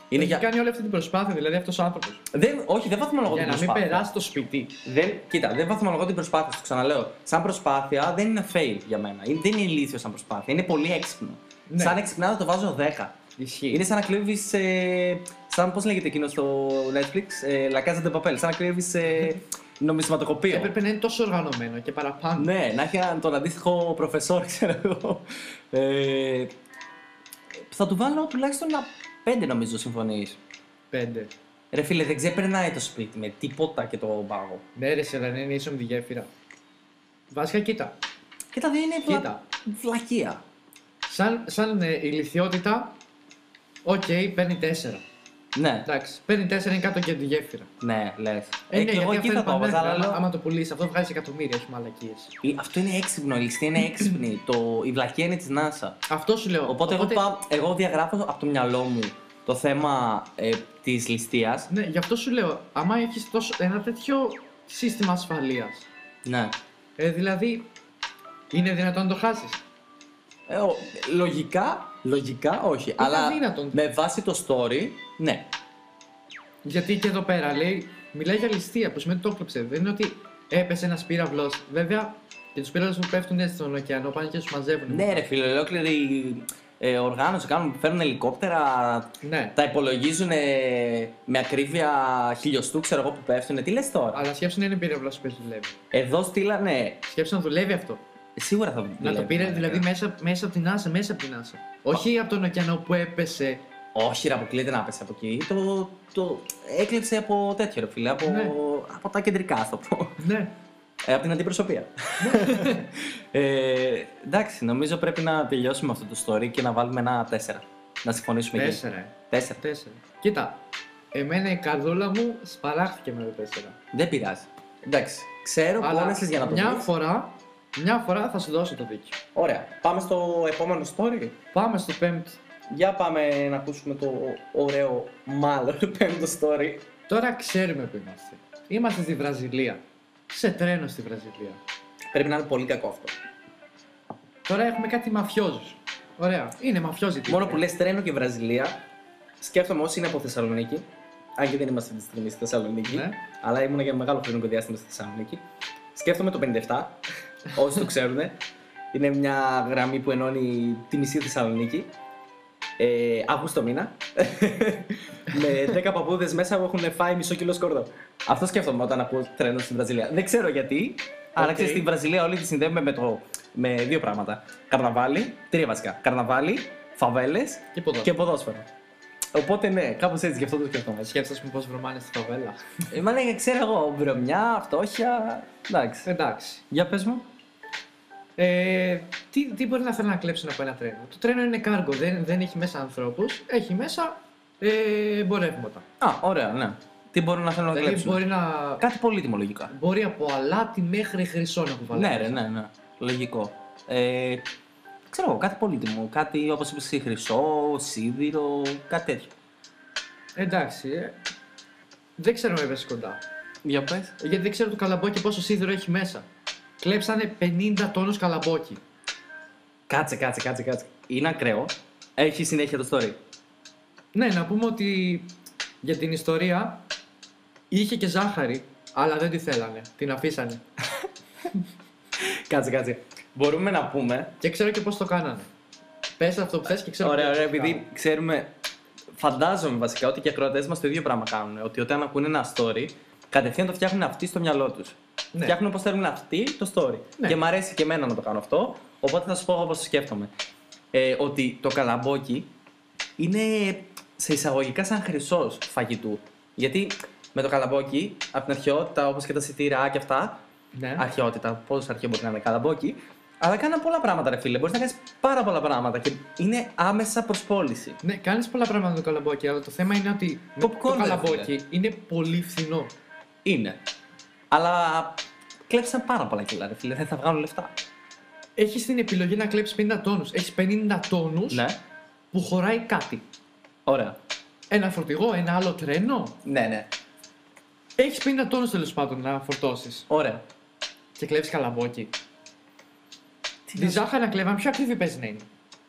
A: Είναι
B: Είναι για...
A: κάνει όλη αυτή την προσπάθεια, δηλαδή αυτός ο άνθρωπος.
B: Δεν, όχι, δεν βαθμολογώ
A: Για
B: την
A: να μην
B: προσπάθεια.
A: περάσει το σπίτι.
B: Δεν, κοίτα, δεν βαθμολογώ την προσπάθεια, σου ξαναλέω. Σαν προσπάθεια δεν είναι fail για μένα. Είναι- δεν είναι ηλίθιο σαν προσπάθεια. Είναι πολύ έξυπνο.
A: Ναι.
B: Σαν έξυπνα θα το βάζω 10.
A: Ισχύει.
B: Είναι σαν να κλέβεις. Ε, σαν πώς λέγεται εκείνο στο Netflix, ε, La Casa de Papel. Σαν να κλέβεις ε, νομισματοκοπείο.
A: Έπρεπε να είναι τόσο οργανωμένο και παραπάνω.
B: Ναι, να έχει έναν- τον αντίστοιχο προφεσόρ, ξέρω εγώ. Ε, θα του βάλω τουλάχιστον ένα 5 νομίζω συμφωνείς.
A: Πέντε.
B: Ρε φίλε, δεν ξεπερνάει το σπίτι με τίποτα και το πάγο.
A: Ναι, ρε, σε λένε είναι ίσο με τη γέφυρα. Βασικά, κοίτα.
B: Κοίτα, δεν είναι βλα...
A: Κοίτα.
B: βλακεία.
A: Σαν, σαν ε, ηλικιότητα, οκ, παίρνει 4.
B: Ναι,
A: Εντάξει, παίρνει 4 είναι κάτω και από τη γέφυρα.
B: ναι, λες.
A: Ε,
B: Ε, και εγώ εκεί
A: αυτό
B: θα
A: είναι
B: το έβαζα, αλλά
A: πανέργεια.
B: λέω,
A: άμα, άμα το πουλήσεις, αυτό βγάζει εκατομμύρια, όχι μαλακίες.
B: «Ε, Αυτό είναι έξυπνο, η ληστεία είναι έξυπνη. το... Η βλακεία είναι της NASA.
A: Αυτό σου λέω.
B: Οπότε, εγώ, πάω, εγώ διαγράφω από το μυαλό μου το θέμα ε, της ληστείας.
A: Ναι, γι' αυτό σου λέω, άμα έχεις ένα τέτοιο σύστημα ασφαλείας.
B: Ναι.
A: Ε, δηλαδή, είναι δυνατόν να το χάσεις.
B: Ε, ο- λογικά, λογικά όχι. αλλά
A: αδύνατον.
B: με βάση το story, ναι.
A: Γιατί και εδώ πέρα λέει, μιλάει για ληστεία που σημαίνει ότι το έκλεψε. Δεν είναι ότι έπεσε ένας πύραυλος. Βέβαια, και τους πύραυλους που πέφτουν έτσι στον ωκεανό πάνε και τους μαζεύουν.
B: Ναι, ρε φίλε, ολόκληρη ε, οργάνωση κάνουν, φέρνουν ελικόπτερα,
A: Ναι.
B: τα υπολογίζουν ε, με ακρίβεια χιλιοστού, ξέρω εγώ που πέφτουν. Τι λες τώρα.
A: Αλλά σκέψου να είναι πύραυλος που δουλεύει.
B: Εδώ στείλανε.
A: Σκέψου να δουλεύει αυτό.
B: Σίγουρα θα
A: Να το
B: δουλεύει,
A: πήρε
B: μαλάκα.
A: δηλαδή μέσα, μέσα από την άσα, μέσα από την άσα. Όχι από τον ωκεανό που έπεσε.
B: Όχι, ρε, αποκλείεται να πέσει από εκεί. Το, το έκλεψε από τέτοιο, ρε φίλε. Από,
A: Ναι.
B: από τα κεντρικά, θα το πω.
A: Ναι.
B: Ε, από την αντιπροσωπεία. ε, εντάξει, νομίζω πρέπει να τελειώσουμε αυτό το story και να βάλουμε ένα 4. Να συμφωνήσουμε εκεί.
A: Τέσσερα. ε.
B: 4.
A: Τέσσερα. Κοίτα, εμένα η καρδούλα μου σπαράχτηκε με το τέσσερα.
B: Δεν πειράζει. Εντάξει. Ξέρω Αλλά...
A: Αλλά
B: Ε, για να το
A: μια
B: πεις.
A: φορά, μια φορά θα σου δώσω το δίκιο.
B: Ωραία. Πάμε στο επόμενο story.
A: Πάμε στο πέμπτο.
B: Για πάμε να ακούσουμε το ωραίο, μάλλον πέμπτο story.
A: Τώρα ξέρουμε που είμαστε. Είμαστε στη Βραζιλία. Σε τρένο στη Βραζιλία.
B: Πρέπει να είναι πολύ κακό αυτό.
A: Τώρα έχουμε κάτι μαφιόζους. Ωραία. Είναι μαφιόζοι. τύποι.
B: Μόνο που λες τρένο και Βραζιλία, σκέφτομαι όσοι είναι από Θεσσαλονίκη. Αν και δεν είμαστε αυτή τη στιγμή στη Θεσσαλονίκη,
A: Ναι.
B: αλλά ήμουν για μεγάλο χρονικό διάστημα στη Θεσσαλονίκη. Σκέφτομαι το 57, όσοι το ξέρουν. Είναι μια γραμμή που ενώνει τη μισή Θεσσαλονίκη. Ε, Αύγουστο μήνα. με 10 παππούδες μέσα που έχουν φάει μισό κιλό σκόρδο. Αυτό σκέφτομαι όταν ακούω τρένο στην Βραζιλία. Δεν ξέρω γιατί, αλλά
A: Οκ.
B: ξέρεις, στην Βραζιλία όλοι τη συνδέουμε με, το, με δύο πράγματα. Καρναβάλι, τρία βασικά. Καρναβάλι, φαβέλες
A: Και ποδόσφαιρο.
B: και ποδόσφαιρο. Οπότε ναι, κάπως έτσι γι' αυτό το σκεφτόμαστε.
A: Σκέψτε μου πώ βρωμάνε στη φαβέλα.
B: Ε, Μα λέγε, ξέρω εγώ, βρωμιά, φτώχεια. Εντάξει.
A: Εντάξει.
B: Για πες μου.
A: Ε, τι, τι μπορεί να θέλει να κλέψουν από ένα τρένο. Το τρένο είναι κάργο, δεν, δεν έχει μέσα ανθρώπους, έχει μέσα ε, εμπορεύματα.
B: Α, ωραία, ναι. Τι μπορούν να θέλουν να
A: Δηλαδή
B: κλέψουν.
A: μπορεί, να,
B: Κάτι πολύτιμο λογικά.
A: μπορεί από αλάτι μέχρι χρυσό να κουβαλάει.
B: Ναι, ρε, ναι, ναι. Λογικό. Ε, ξέρω εγώ, κάτι πολύτιμο. Κάτι όπως είπες, χρυσό, σίδηρο, κάτι τέτοιο.
A: Εντάξει. ε. Δεν ξέρω αν έπεσε κοντά.
B: Για πες.
A: Γιατί δεν ξέρω το καλαμπόκι πόσο σίδηρο έχει μέσα. Κλέψανε 50 τόνους καλαμπόκι.
B: Κάτσε, κάτσε, κάτσε, κάτσε. Είναι ακραίο. Έχει συνέχεια το story.
A: Ναι, να πούμε ότι για την ιστορία είχε και ζάχαρη, αλλά δεν τη θέλανε. Την αφήσανε.
B: Κάτσε, κάτσε. Μπορούμε να πούμε
A: Και ξέρω και πώς το κάνανε. Πες αυτό που θες και ξέρω.
B: Ωραία,
A: πώς
B: ωραία,
A: το κάνανε.
B: επειδή ξέρουμε. Φαντάζομαι βασικά ότι και οι ακροατές μας το ίδιο πράγμα κάνουν. Ότι όταν ακούνε ένα story, κατευθείαν το φτιάχνουν αυτοί στο μυαλό τους.
A: Ναι.
B: Φτιάχνουν όπω θέλουν αυτοί το story.
A: Ναι.
B: Και μου αρέσει και εμένα να το κάνω αυτό. Οπότε θα σας πω όπω το σκέφτομαι. Ε, ότι το καλαμπόκι είναι σε εισαγωγικά σαν χρυσός φαγητού. Γιατί με το καλαμπόκι, από την αρχαιότητα, όπως και τα σιτήρα και αυτά, Ε?
A: Ναι.
B: αρχαιότητα. Πόσο αρχαίο μπορεί να είναι καλαμπόκι. Αλλά κάναν πολλά πράγματα, ρε φίλε. Μπορείς να κάνεις πάρα πολλά πράγματα και είναι άμεσα προ πώληση.
A: Ναι, κάνεις πολλά πράγματα με το καλαμπόκι, αλλά το θέμα είναι ότι
B: Popcorn,
A: το
B: ρε
A: καλαμπόκι είναι πολύ φθηνό.
B: Είναι. Αλλά κλέψαν πάρα πολλά κιλά, ρε φίλε. Δεν θα βγάλουν λεφτά.
A: Έχεις την επιλογή να κλέψεις 50 τόνους. Έχεις 50 τόνους
B: Ναι.
A: που χωράει κάτι.
B: Ωραία.
A: Ένα φορτηγό, ένα άλλο τρένο.
B: Ναι, ναι.
A: Έχεις 50 τόνους τέλος πάντων να φορτώσεις.
B: Ωραία.
A: Και κλέβεις καλαμπόκι.
B: Τι
A: Τη
B: να-
A: ζάχαρη να κλέβαμε, πιο ακριβή παίζει να είναι.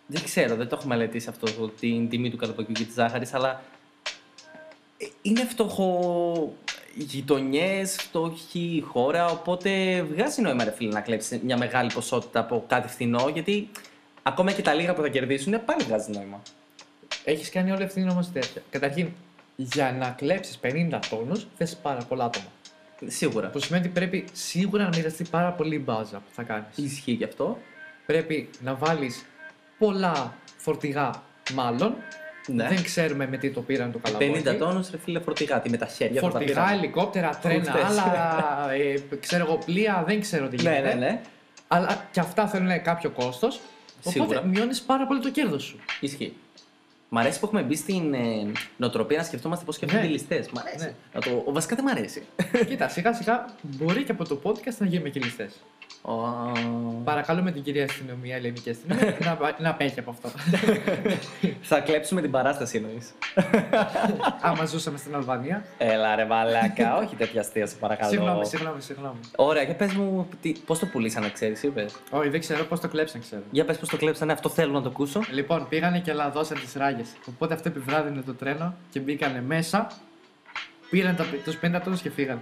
B: Δεν ξέρω, δεν το έχω μελετήσει αυτό το- την τιμή του καλαμποκιού και της ζάχαρης, αλλά ε, είναι φτωχό γειτονιές, φτωχή χώρα. Οπότε βγάζει νόημα, ρε φίλε, να κλέψεις μια μεγάλη ποσότητα από κάτι φθηνό, γιατί ακόμα και τα λίγα που θα κερδίσουν πάλι βγάζει νόημα.
A: Έχεις κάνει όλη αυτή την όμω τέτοια. Καταρχήν, για να κλέψεις 50 τόνους, θες πάρα πολλά άτομα.
B: Σίγουρα.
A: Που σημαίνει ότι πρέπει σίγουρα να μοιραστεί πάρα πολύ η μπάζα που θα κάνεις.
B: Ισχύει και αυτό.
A: Πρέπει να βάλεις πολλά φορτηγά, μάλλον.
B: Ναι.
A: Δεν ξέρουμε με τι το πήραν το καλαμπόκι.
B: 50 τόνους, ρε φίλε, φορτηγά. Τι με τα χέρια θα τα
A: Φορτηγά,
B: πήραν.
A: ελικόπτερα, τρένα,
B: Φρούκτες.
A: άλλα. ε, ξέρω εγώ, πλοία, δεν ξέρω τι
B: Ναι,
A: γίνεται.
B: ναι, ναι.
A: Αλλά και αυτά θέλουν κάποιο κόστος. Οπότε
B: Σίγουρα.
A: μειώνεις πάρα πολύ το κέρδος σου.
B: Ισχύει. Μ' αρέσει που έχουμε μπει στην ε, νοοτροπία να σκεφτόμαστε πώς σκεφτούνται
A: Ναι.
B: οι ληστές. Μ' αρέσει.
A: Ναι.
B: Να το... Ο, βασικά δεν μ' αρέσει.
A: Κοίτα, σιγά σιγά μπορεί και από το podcast να γίνουμε κυλιστέ.
B: Ο...
A: Παρακαλούμε την κυρία αστυνομία, ελληνική αστυνομία, να, πα- να απέχει από αυτό.
B: Θα κλέψουμε την παράσταση εννοείς.
A: Άμα ζούσαμε στην Αλβανία.
B: Έλα ρε μαλάκα, όχι τέτοια αστεία, σε παρακαλώ.
A: Συγγνώμη, συγγνώμη, συγγνώμη.
B: Ωραία, για πες μου πώς το πουλήσανε, ξέρεις, είπες.
A: Όχι, δεν ξέρω πώς το κλέψαν, ξέρω.
B: Για πες πώς το κλέψανε, αυτό θέλω να το ακούσω.
A: Λοιπόν, πήγανε και λαδώσαν τις ράγες. Οπότε αυτό επιβράδυνε το τρένο και μπήκανε μέσα. Πήραν του 50 τόνους και φύγανε.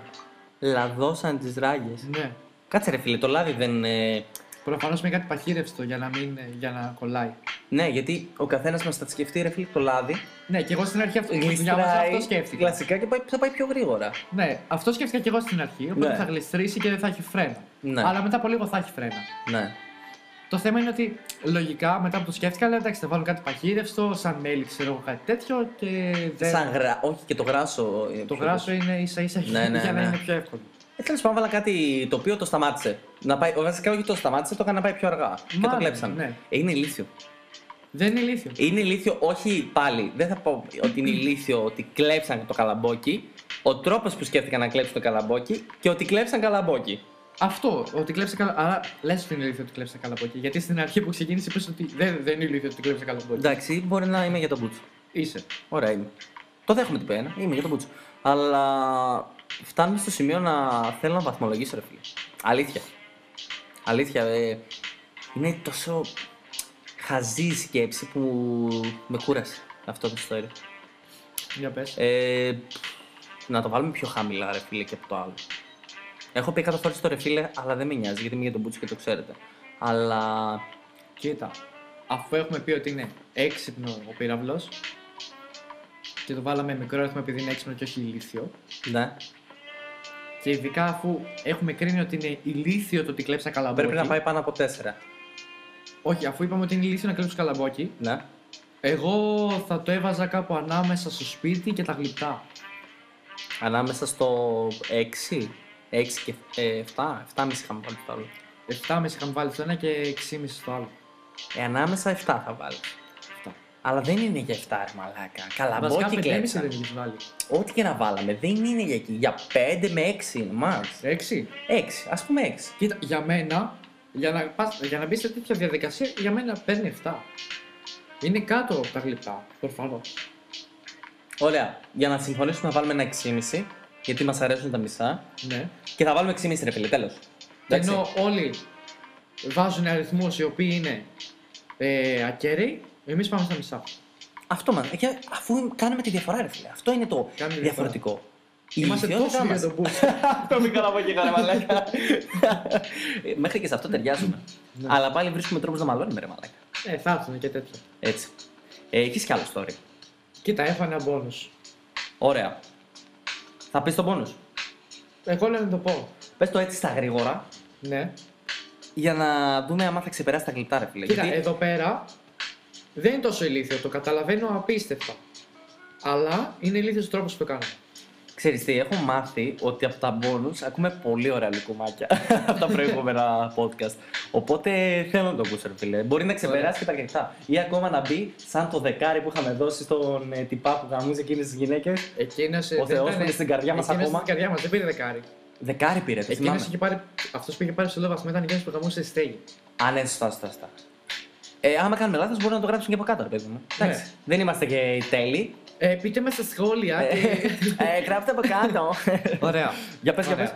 B: Λαδώσαν τις ράγες.
A: Ναι.
B: Κάτσε ρε φίλε, το λάδι δεν. ε,
A: Προφανώς με κάτι παχύρευστο για να, μην, ε, για να κολλάει.
B: Ναι, γιατί ο καθένας μας θα σκεφτεί ρε φίλε το λάδι.
A: Ναι, και εγώ στην αρχή αυτό, που διάβαζα,
B: Γλιστράει.
A: αυτό σκέφτηκα.
B: Κλασικά και πάει, θα πάει πιο γρήγορα.
A: Ναι, αυτό σκέφτηκα και εγώ στην αρχή. Οπότε
B: Ναι.
A: θα γλιστρήσει και δεν θα έχει φρένα.
B: Ναι.
A: Αλλά μετά από λίγο θα έχει φρένα.
B: Ναι.
A: Το θέμα είναι ότι λογικά μετά που το σκέφτηκα, λέω εντάξει, θα βάλω κάτι παχύρευστο, σαν μέλι, ξέρω εγώ κάτι τέτοιο και δεν.
B: Σαν γρα... Όχι και το γράσο. ε,
A: Το
B: πιο-
A: γράσο είναι ίσα ίσα
B: Ναι, ναι,
A: για να
B: ναι.
A: είναι πιο εύκολο.
B: Ε, Τέλος πάντων, βάλα κάτι το οποίο το σταμάτησε. Να πάει, βασικά, όχι το σταμάτησε, το έκανε να πάει πιο αργά. και το
A: Μάλλον,
B: κλέψαν.
A: ναι.
B: Ε, Είναι ηλίθιο.
A: Δεν είναι ηλίθιο.
B: Είναι ηλίθιο, όχι πάλι. Δεν θα πω ότι είναι ηλίθιο ότι κλέψαν το καλαμπόκι. Ο τρόπος που σκέφτηκαν να κλέψουν το καλαμπόκι και ότι κλέψαν καλαμπόκι.
A: Αυτό, ότι κλέψε καλά. Άρα λες ότι είναι ηλίθιο ότι κλέψε καλά από εκεί. Γιατί στην αρχή που ξεκίνησε είπες ότι δεν, δεν είναι ηλίθιο ότι κλέψε καλά από εκεί.
B: Εντάξει, μπορεί να είμαι για τον Μπούτσο.
A: Είσαι.
B: Ωραία είμαι. Το δέχομαι την πένα, είμαι για τον Μπούτσο. Αλλά φτάνουμε στο σημείο να θέλω να βαθμολογήσω, ρε φίλε. Αλήθεια. Αλήθεια, ε, είναι τόσο χαζή η σκέψη που με κούρασε αυτό το story.
A: Για πες.
B: Ε, να το βάλουμε πιο χαμηλά, ρε φίλε, και από το άλλο. Έχω πει 100 φορές το ρε φίλε, αλλά δεν με νοιάζει γιατί είμαι για τον Μπούτσο και το ξέρετε. Αλλά.
A: Κοίτα. Αφού έχουμε πει ότι είναι έξυπνο ο πύραυλος και το βάλαμε μικρό αριθμό επειδή είναι έξυπνο και όχι ηλίθιο.
B: Ναι.
A: Και ειδικά αφού έχουμε κρίνει ότι είναι ηλίθιο το ότι κλέψα καλαμπόκι.
B: Πρέπει να πάει πάνω από 4.
A: Όχι, αφού είπαμε ότι είναι ηλίθιο να κλέψω καλαμπόκι,
B: Ναι.
A: εγώ θα το έβαζα κάπου ανάμεσα στο σπίτι και τα γλυπτά.
B: Ανάμεσα στο 6, 6 και 7, 7,5 ε, είχαμε βάλει το άλλο.
A: 7,5 είχαμε βάλει στο ένα και 6,5 στο άλλο.
B: Ε, ανάμεσα 7 θα βάλω.
A: 7.
B: Αλλά δεν είναι για 7, ρε μαλάκα.
A: Βασικά
B: Καλαμπόκι
A: 5,5
B: κλέψαν.
A: δεν έχεις βάλει.
B: Ό,τι και να βάλαμε, δεν είναι για εκεί. Για 5 με 6 είναι, max.
A: 6.
B: 6, ας πούμε 6.
A: Κοίτα, για μένα, για να, πας, για να μπεις σε τέτοια διαδικασία, για μένα παίρνει 7. Είναι κάτω από τα γλυπτά, προφανώς.
B: Ωραία. Για να συμφωνήσουμε, θα βάλουμε ένα 6,5. Γιατί μας αρέσουν τα μισά.
A: Ναι.
B: Και θα βάλουμε 6,5 ρε φίλε, τέλος.
A: Ενώ όλοι βάζουν αριθμούς οι οποίοι είναι ε, ακέραιοι, εμείς πάμε στα μισά.
B: Αυτό μα. ε, Αφού κάνουμε τη διαφορά, ρε φίλε. Αυτό είναι το
A: Κάνουμε τη
B: διαφορετικό. Η
A: Είμαστε
B: ιδιότητά
A: τόσο για
B: μας.
A: τον boost.
B: Το μην καλά και καλά, μαλάκα. Ε, Μέχρι και σε αυτό ταιριάζουμε.
A: Ναι.
B: Αλλά πάλι βρίσκουμε τρόπους να μαλώνουμε, ρε μαλάκα.
A: ε, θα έρθουν και τέτοια.
B: Έτσι. Ε, Έχεις κι άλλο story.
A: Κοίτα, έφανε ένα bonus.
B: Ωραία. Θα πεις τον πόνου.
A: Εγώ λέω να το πω.
B: Πες το έτσι στα γρήγορα
A: Ναι.
B: για να δούμε αν θα ξεπεράσει τα γλυπτά, ρε φίλε.
A: Κοίτα,
B: Ε, Γιατί-
A: εδώ πέρα δεν είναι τόσο ηλίθιο. Το καταλαβαίνω απίστευτα. Αλλά είναι ηλίθιος τρόπος που το κάναμε.
B: Ξέρεις τι, έχω μάθει ότι από τα bonus ακούμε πολύ ωραία λικουμάκια από τα προηγούμενα podcast. Οπότε θέλω να το ακούσω, ρε φίλε. Μπορεί να ξεπεράσει και τα κρυφτά. Ή ακόμα να μπει σαν το δεκάρι που είχαμε δώσει στον ε, τυπά που γαμίζει εκείνες τις γυναίκες.
A: Εκείνο.
B: Ο Θεός που είναι στην καρδιά μας ακόμα.
A: Στην καρδιά μας, δεν πήρε δεκάρι.
B: Δεκάρι πήρε, το
A: Εκείνο
B: θυμάμαι.
A: είχε πάρει. Αυτός που είχε πάρει στο βαθμό ήταν εκείνος που γαμούσε τη στέγη.
B: Α, ναι, σωστά, σωστά, σωστά. Ε, άμα κάνουμε λάθος μπορεί να το γράψουν και από κάτω, ρε παιδί μου. Εντάξει,
A: Ναι.
B: δεν είμαστε και οι τέλειοι.
A: Ε, πείτε μέσα στα σχόλια.
B: Ε,
A: και-
B: ε, γράψτε από κάτω.
A: Ωραία.
B: για πες, για
A: Ωραία.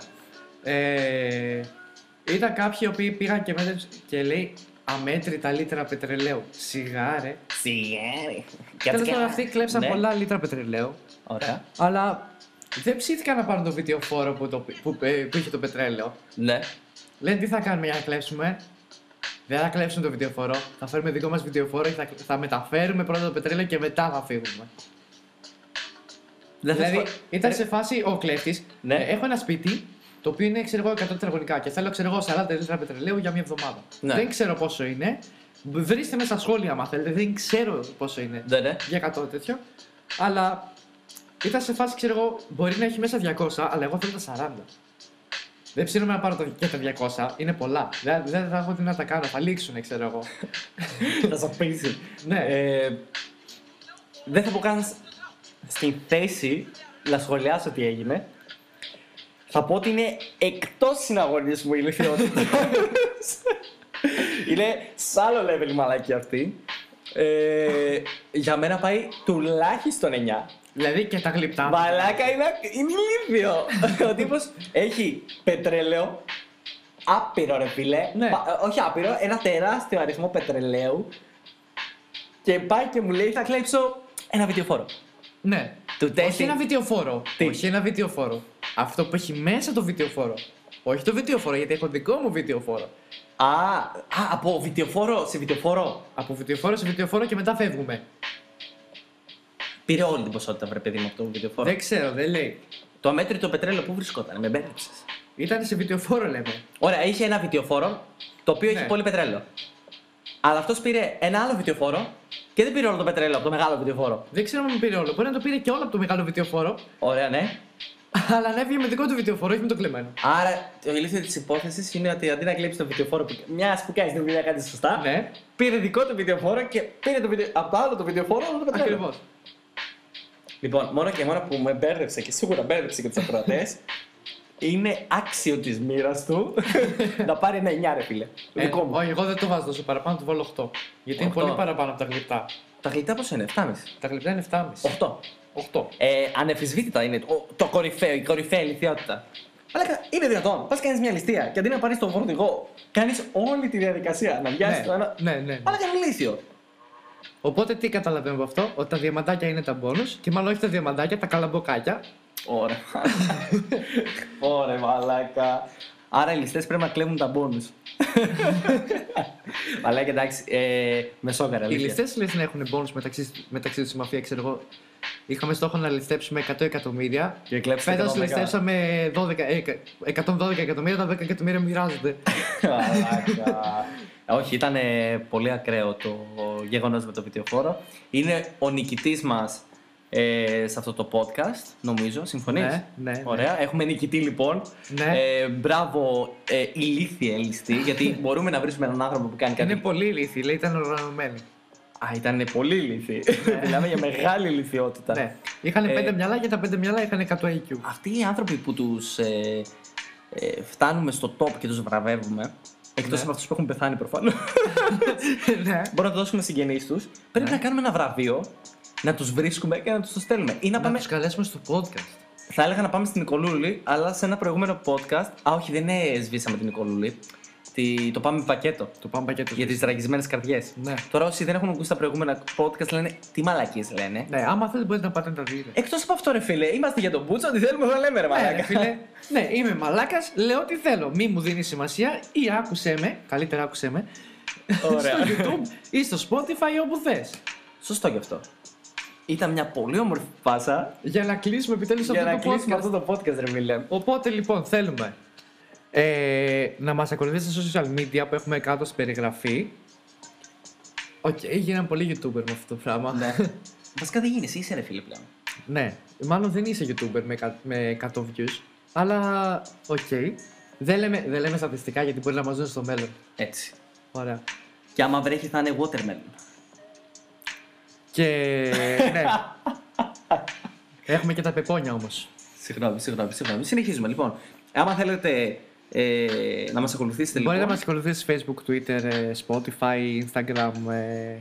B: πες.
A: Ε, ήταν κάποιοι οι οποίοι πήγαν και μέτρησαν και λέει αμέτρητα λίτρα πετρελαίου. Σιγά, ρε.
B: Σιγάρι.
A: Τέλο πάντων, αυτοί κλέψαν πολλά λίτρα πετρελαίου.
B: Ναι. Ωραία.
A: Αλλά δεν ψήθηκαν να πάρουν το βιτιοφόρο που, το, που, ε, που είχε το πετρέλαιο.
B: Ναι.
A: Λένε τι θα κάνουμε για να κλέψουμε. Δεν θα κλέψουμε το βιτιοφόρο. Θα φέρουμε δικό μας βιτιοφόρο και θα, θα μεταφέρουμε πρώτα το πετρέλαιο και μετά θα φύγουμε.
B: Δεν θα
A: δηλαδή
B: σου πω-
A: ήταν σε φάση ο κλέφτης.
B: Ναι.
A: έχω ένα σπίτι το οποίο είναι ξέρω εγώ 100 τετραγωνικά και θέλω ξέρω εγώ 40 λίτρα πετρελαίου για μια εβδομάδα.
B: Ναι.
A: Δεν ξέρω πόσο είναι. Μ, Βρίστε με στα σχόλια άμα θέλετε. Δεν ξέρω πόσο είναι.
B: Ναι, ναι.
A: για 100 τέτοιο. Αλλά ήταν σε φάση, ξέρω εγώ, μπορεί να έχει μέσα 200, αλλά εγώ θέλω τα 40. Δεν ψήνομαι να πάρω τα- και τα 200, είναι πολλά. Δεν, δεν θα έχω τι να τα κάνω, θα λήξουν, ξέρω εγώ.
B: Θα σε πείσει.
A: ναι, ε,
B: Ε, δεν θα πω καν σ- στην θέση να σχολιάσω τι έγινε. Θα πω ότι είναι εκτός συναγωνισμού μου η ηλικιότητα. είναι σ' άλλο level η μαλακή αυτή. Ε, για μένα πάει τουλάχιστον 9.
A: δηλαδή και τα γλυπτά.
B: Μαλάκα είναι, είναι ηλίθιο. Ο τύπος έχει πετρέλαιο. Άπειρο ρε φίλε.
A: Ναι.
B: Πα- ε, όχι άπειρο, ένα τεράστιο αριθμό πετρελαίου. Και πάει και μου λέει θα κλέψω ένα βιτιοφόρο.
A: Ναι.
B: Του
A: Όχι
B: τέσσερι.
A: ένα βιτιοφόρο.
B: Τι?
A: Όχι ένα βιτιοφόρο. Αυτό που έχει μέσα το βιτιοφόρο. Όχι το βιτιοφόρο, γιατί έχω δικό μου βιτιοφόρο.
B: Α, α, από βιτιοφόρο σε βιτιοφόρο.
A: Από βιτιοφόρο σε βιτιοφόρο και μετά φεύγουμε.
B: Πήρε όλη την ποσότητα, βρε παιδί μου, αυτό το βιτιοφόρο.
A: Δεν ξέρω, δεν λέει.
B: Το αμέτρητο πετρέλαιο που βρισκόταν, με μπέρδεψε.
A: Ήταν σε βιτιοφόρο, λέμε.
B: Ωραία, είχε ένα βιτιοφόρο το οποίο
A: Ναι.
B: είχε πολύ πετρέλαιο. Αλλά αυτός πήρε ένα άλλο βιτιοφόρο και δεν πήρε όλο το πετρέλαιο από το μεγάλο βιτιοφόρο.
A: Δεν ξέρω αν πήρε όλο. Μπορεί να το πήρε και όλο από το μεγάλο βιτιοφόρο,
B: Ωραία, ναι.
A: Αλλά να έβγαινε με δικό του βιτεοφορό, όχι με το κλεμμένο.
B: Άρα το ηλίθιο της υπόθεσης είναι ότι αντί να κλέψει το βιτεοφόρο που μια που κάνει τη δουλειά κάτι σωστά,
A: Ναι,
B: πήρε δικό του βιτεοφόρο και πήρε το βιτεο... από το άλλο το βιτεοφόρο όλο το πετρέλαιο.
A: ακριβώς.
B: Λοιπόν, μόνο και μόνο που με μπέρδεψε και σίγουρα μπέρδεψε και τους ακροατές, είναι άξιο της μοίρας του να πάρει ένα 9 ρε φίλε.
A: Ε,
B: δικό μου.
A: όχι, εγώ δεν το βάζω τόσο παραπάνω, του βάλω 8. Γιατί είναι
B: Οκτώ.
A: πολύ παραπάνω από τα γλυπτά.
B: Τα γλυκά πώ είναι, 7,5.
A: Τα γλυπτά είναι 7,5.
B: 8.
A: 8.
B: Ε, ανεφισβήτητα είναι το, το κορυφαίο, η κορυφαία ηλικιότητα. Αλλά είναι δυνατόν. Πας κάνεις μια ληστεία και αντί να πάρεις τον φορτηγό, κάνεις όλη τη διαδικασία. Να
A: Ναι,
B: βιάσεις το ένα.
A: ναι, ναι, ναι.
B: Αλλά είναι ηλίθιο.
A: Οπότε τι καταλαβαίνω από αυτό, ότι τα διαμαντάκια είναι τα bonus και μάλλον όχι τα διαμαντάκια, τα καλαμποκάκια.
B: Ωραία. Ωραία, μαλάκα. Άρα οι ληστές πρέπει να κλέβουν τα μπόνου. μαλάκα, εντάξει. Ε, με σόκαρα.
A: Οι
B: αλήθεια.
A: ληστές λες να έχουν bonus μεταξύ, μεταξύ τους η μαφία, ξέρω εγώ. Είχαμε στόχο να ληστέψουμε 100 εκατομμύρια.
B: Και κλέψτε
A: Φέτο
B: 112.
A: ληστέψαμε 12, ε, 112 εκατομμύρια, τα 10 εκατομμύρια μοιράζονται.
B: Μαλάκα. Όχι, ήταν πολύ ακραίο το γεγονός με το βιτεοφόρο. Είναι ο νικητής μας ε, σε αυτό το podcast, νομίζω. Συμφωνείς?
A: Ναι, ναι, ναι.
B: Ωραία. Έχουμε νικητή λοιπόν.
A: Ναι.
B: Ε, μπράβο, ε, ηλίθιε ελιστή, γιατί μπορούμε να βρίσκουμε έναν άνθρωπο που κάνει κάτι.
A: Είναι πολύ ηλίθιοι, λέει, ήταν οργανωμένοι.
B: Α, ήταν πολύ ηλίθιοι. Μιλάμε για μεγάλη ηλικιότητα.
A: Ναι. Είχαν
B: Ε,
A: πέντε μυαλά και τα πέντε μυαλά Ε είχαν 100 IQ.
B: Αυτοί οι άνθρωποι που τους ε, ε, φτάνουμε στο top και τους βραβεύουμε, εκτός
A: Ναι.
B: από αυτούς που έχουν πεθάνει προφανώς,
A: ναι.
B: μπορούμε να το δώσουμε συγγενείς τους, πρέπει
A: Ναι.
B: να κάνουμε ένα βραβείο, να τους βρίσκουμε και να τους το στέλνουμε. Ή να
A: Να
B: πάμε,
A: τους καλέσουμε στο podcast.
B: θα έλεγα να πάμε στην Νικολούλη, αλλά σε ένα προηγούμενο podcast, α όχι δεν ε, σβήσαμε την Νικολούλη, τη, το πάμε πακέτο
A: Το πάμε πακέτο.
B: για τις τραγισμένες καρδιές.
A: Ναι.
B: Τώρα όσοι δεν έχουν ακούσει τα προηγούμενα podcast λένε τι μαλακίες λένε.
A: Ναι, άμα θέλετε μπορείτε να πάτε να τα δείτε.
B: Εκτός από αυτό, ρε φίλε, είμαστε για τον Μπούτσο, ότι θέλουμε να λέμε, ρε
A: Ναι,
B: μαλάκα.
A: ρε φίλε, ναι, είμαι μαλάκας, λέω τι θέλω. Μη μου δίνεις σημασία ή άκουσέ με, καλύτερα άκουσέ με,
B: Ωραία.
A: στο YouTube ή στο Spotify όπου θες.
B: Σωστό κι αυτό. Ήταν μια πολύ όμορφη πάσα
A: Για να κλείσουμε επιτέλους αυτό
B: για να
A: το
B: κλείσουμε
A: podcast.
B: αυτό το podcast, ρε φίλε.
A: Οπότε λοιπόν θέλουμε ε, να μας ακολουθήσετε στα social media που έχουμε κάτω στην περιγραφή. Οκ, γίναν πολύ YouTuber με αυτό το πράγμα.
B: Ναι. Βασικά δεν γίνεσαι, είσαι ρε φίλε πλέον.
A: Ναι, μάλλον δεν είσαι YouTuber με, κα- με 100 views, αλλά οκ. Δεν, λέμε, δεν λέμε στατιστικά γιατί μπορεί να μας δουν στο μέλλον.
B: Έτσι.
A: Ωραία.
B: Και άμα βρέχεις θα είναι watermelon.
A: Και ναι. Έχουμε και τα πεπόνια όμως.
B: Συγγνώμη, συγγνώμη, συγγνώμη. Συνεχίζουμε λοιπόν. Άμα θέλετε ε, να μας ακολουθήσετε
A: Μπορείτε
B: λοιπόν,
A: να μας ακολουθήσετε Facebook, Twitter, ε, Spotify, Instagram. ε,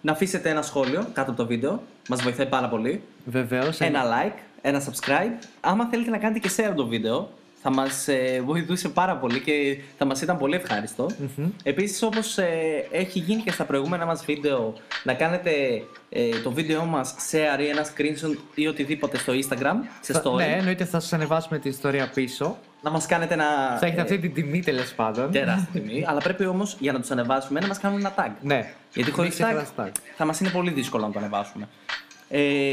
B: να αφήσετε ένα σχόλιο κάτω από το βίντεο. Μας βοηθάει πάρα πολύ.
A: Βεβαίως. ε.
B: Ένα like, ένα subscribe. Άμα θέλετε να κάνετε και share το βίντεο, θα μας ε, βοηθούσε πάρα πολύ και θα μας ήταν πολύ ευχάριστο.
A: Μμμ.
B: Επίσης όπως ε, έχει γίνει και στα προηγούμενα μας βίντεο, να κάνετε ε, το βίντεο μας share ή ένα screenshot ή οτιδήποτε στο Instagram, σε
A: Θα-
B: story.
A: Ναι, εννοείται θα σας ανεβάσουμε την ιστορία πίσω.
B: Να μας κάνετε ένα
A: Θα έχετε
B: ε,
A: αυτή την τιμή τέλος πάντων.
B: τεράστια τιμή, αλλά πρέπει όμως για να τους ανεβάσουμε να μας κάνουν ένα tag.
A: Ναι.
B: Γιατί χωρίς
A: Μην ξεχνάς
B: tag θα μας είναι πολύ δύσκολο να το ανεβάσουμε. Ε,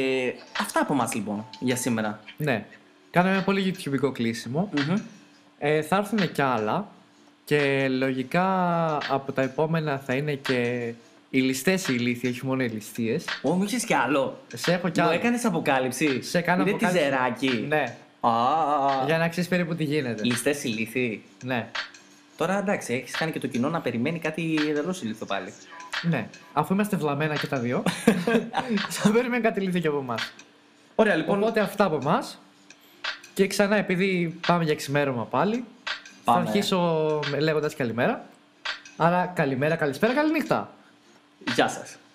B: αυτά από μας λοιπόν για σημερα
A: Ναι. Κάναμε ένα πολύ youtube κλείσιμο. Ε, θα έρθουν κι άλλα. Και λογικά από τα επόμενα θα είναι και οι ληστές οι ηλίθιοι, όχι μόνο οι ληστείες.
B: Ω, μου είχες κι άλλο.
A: Σε έχω κι
B: Μου
A: άλλο.
B: έκανες αποκάλυψη.
A: Σε κάνω
B: Είναι
A: αποκάλυψη.
B: τυζεράκι.
A: Ναι.
B: Α,
A: Για να ξέρεις περίπου τι γίνεται.
B: ληστέ ηλίθιοι.
A: Ναι.
B: Τώρα εντάξει, έχεις κάνει και το κοινό να περιμένει κάτι εντελώς ηλίθιο πάλι.
A: Ναι. Αφού είμαστε βλαμμένα και τα δύο, θα περιμένουμε κάτι ηλίθιο κι από εμάς.
B: Ωραία, λοιπόν.
A: Οπότε αυτά από εμάς. Και ξανά, επειδή πάμε για ξημέρωμα πάλι,
B: Πάμε.
A: θα αρχίσω λέγοντας καλημέρα. Άρα, καλημέρα, καλησπέρα, καληνύχτα.
B: Γεια σας.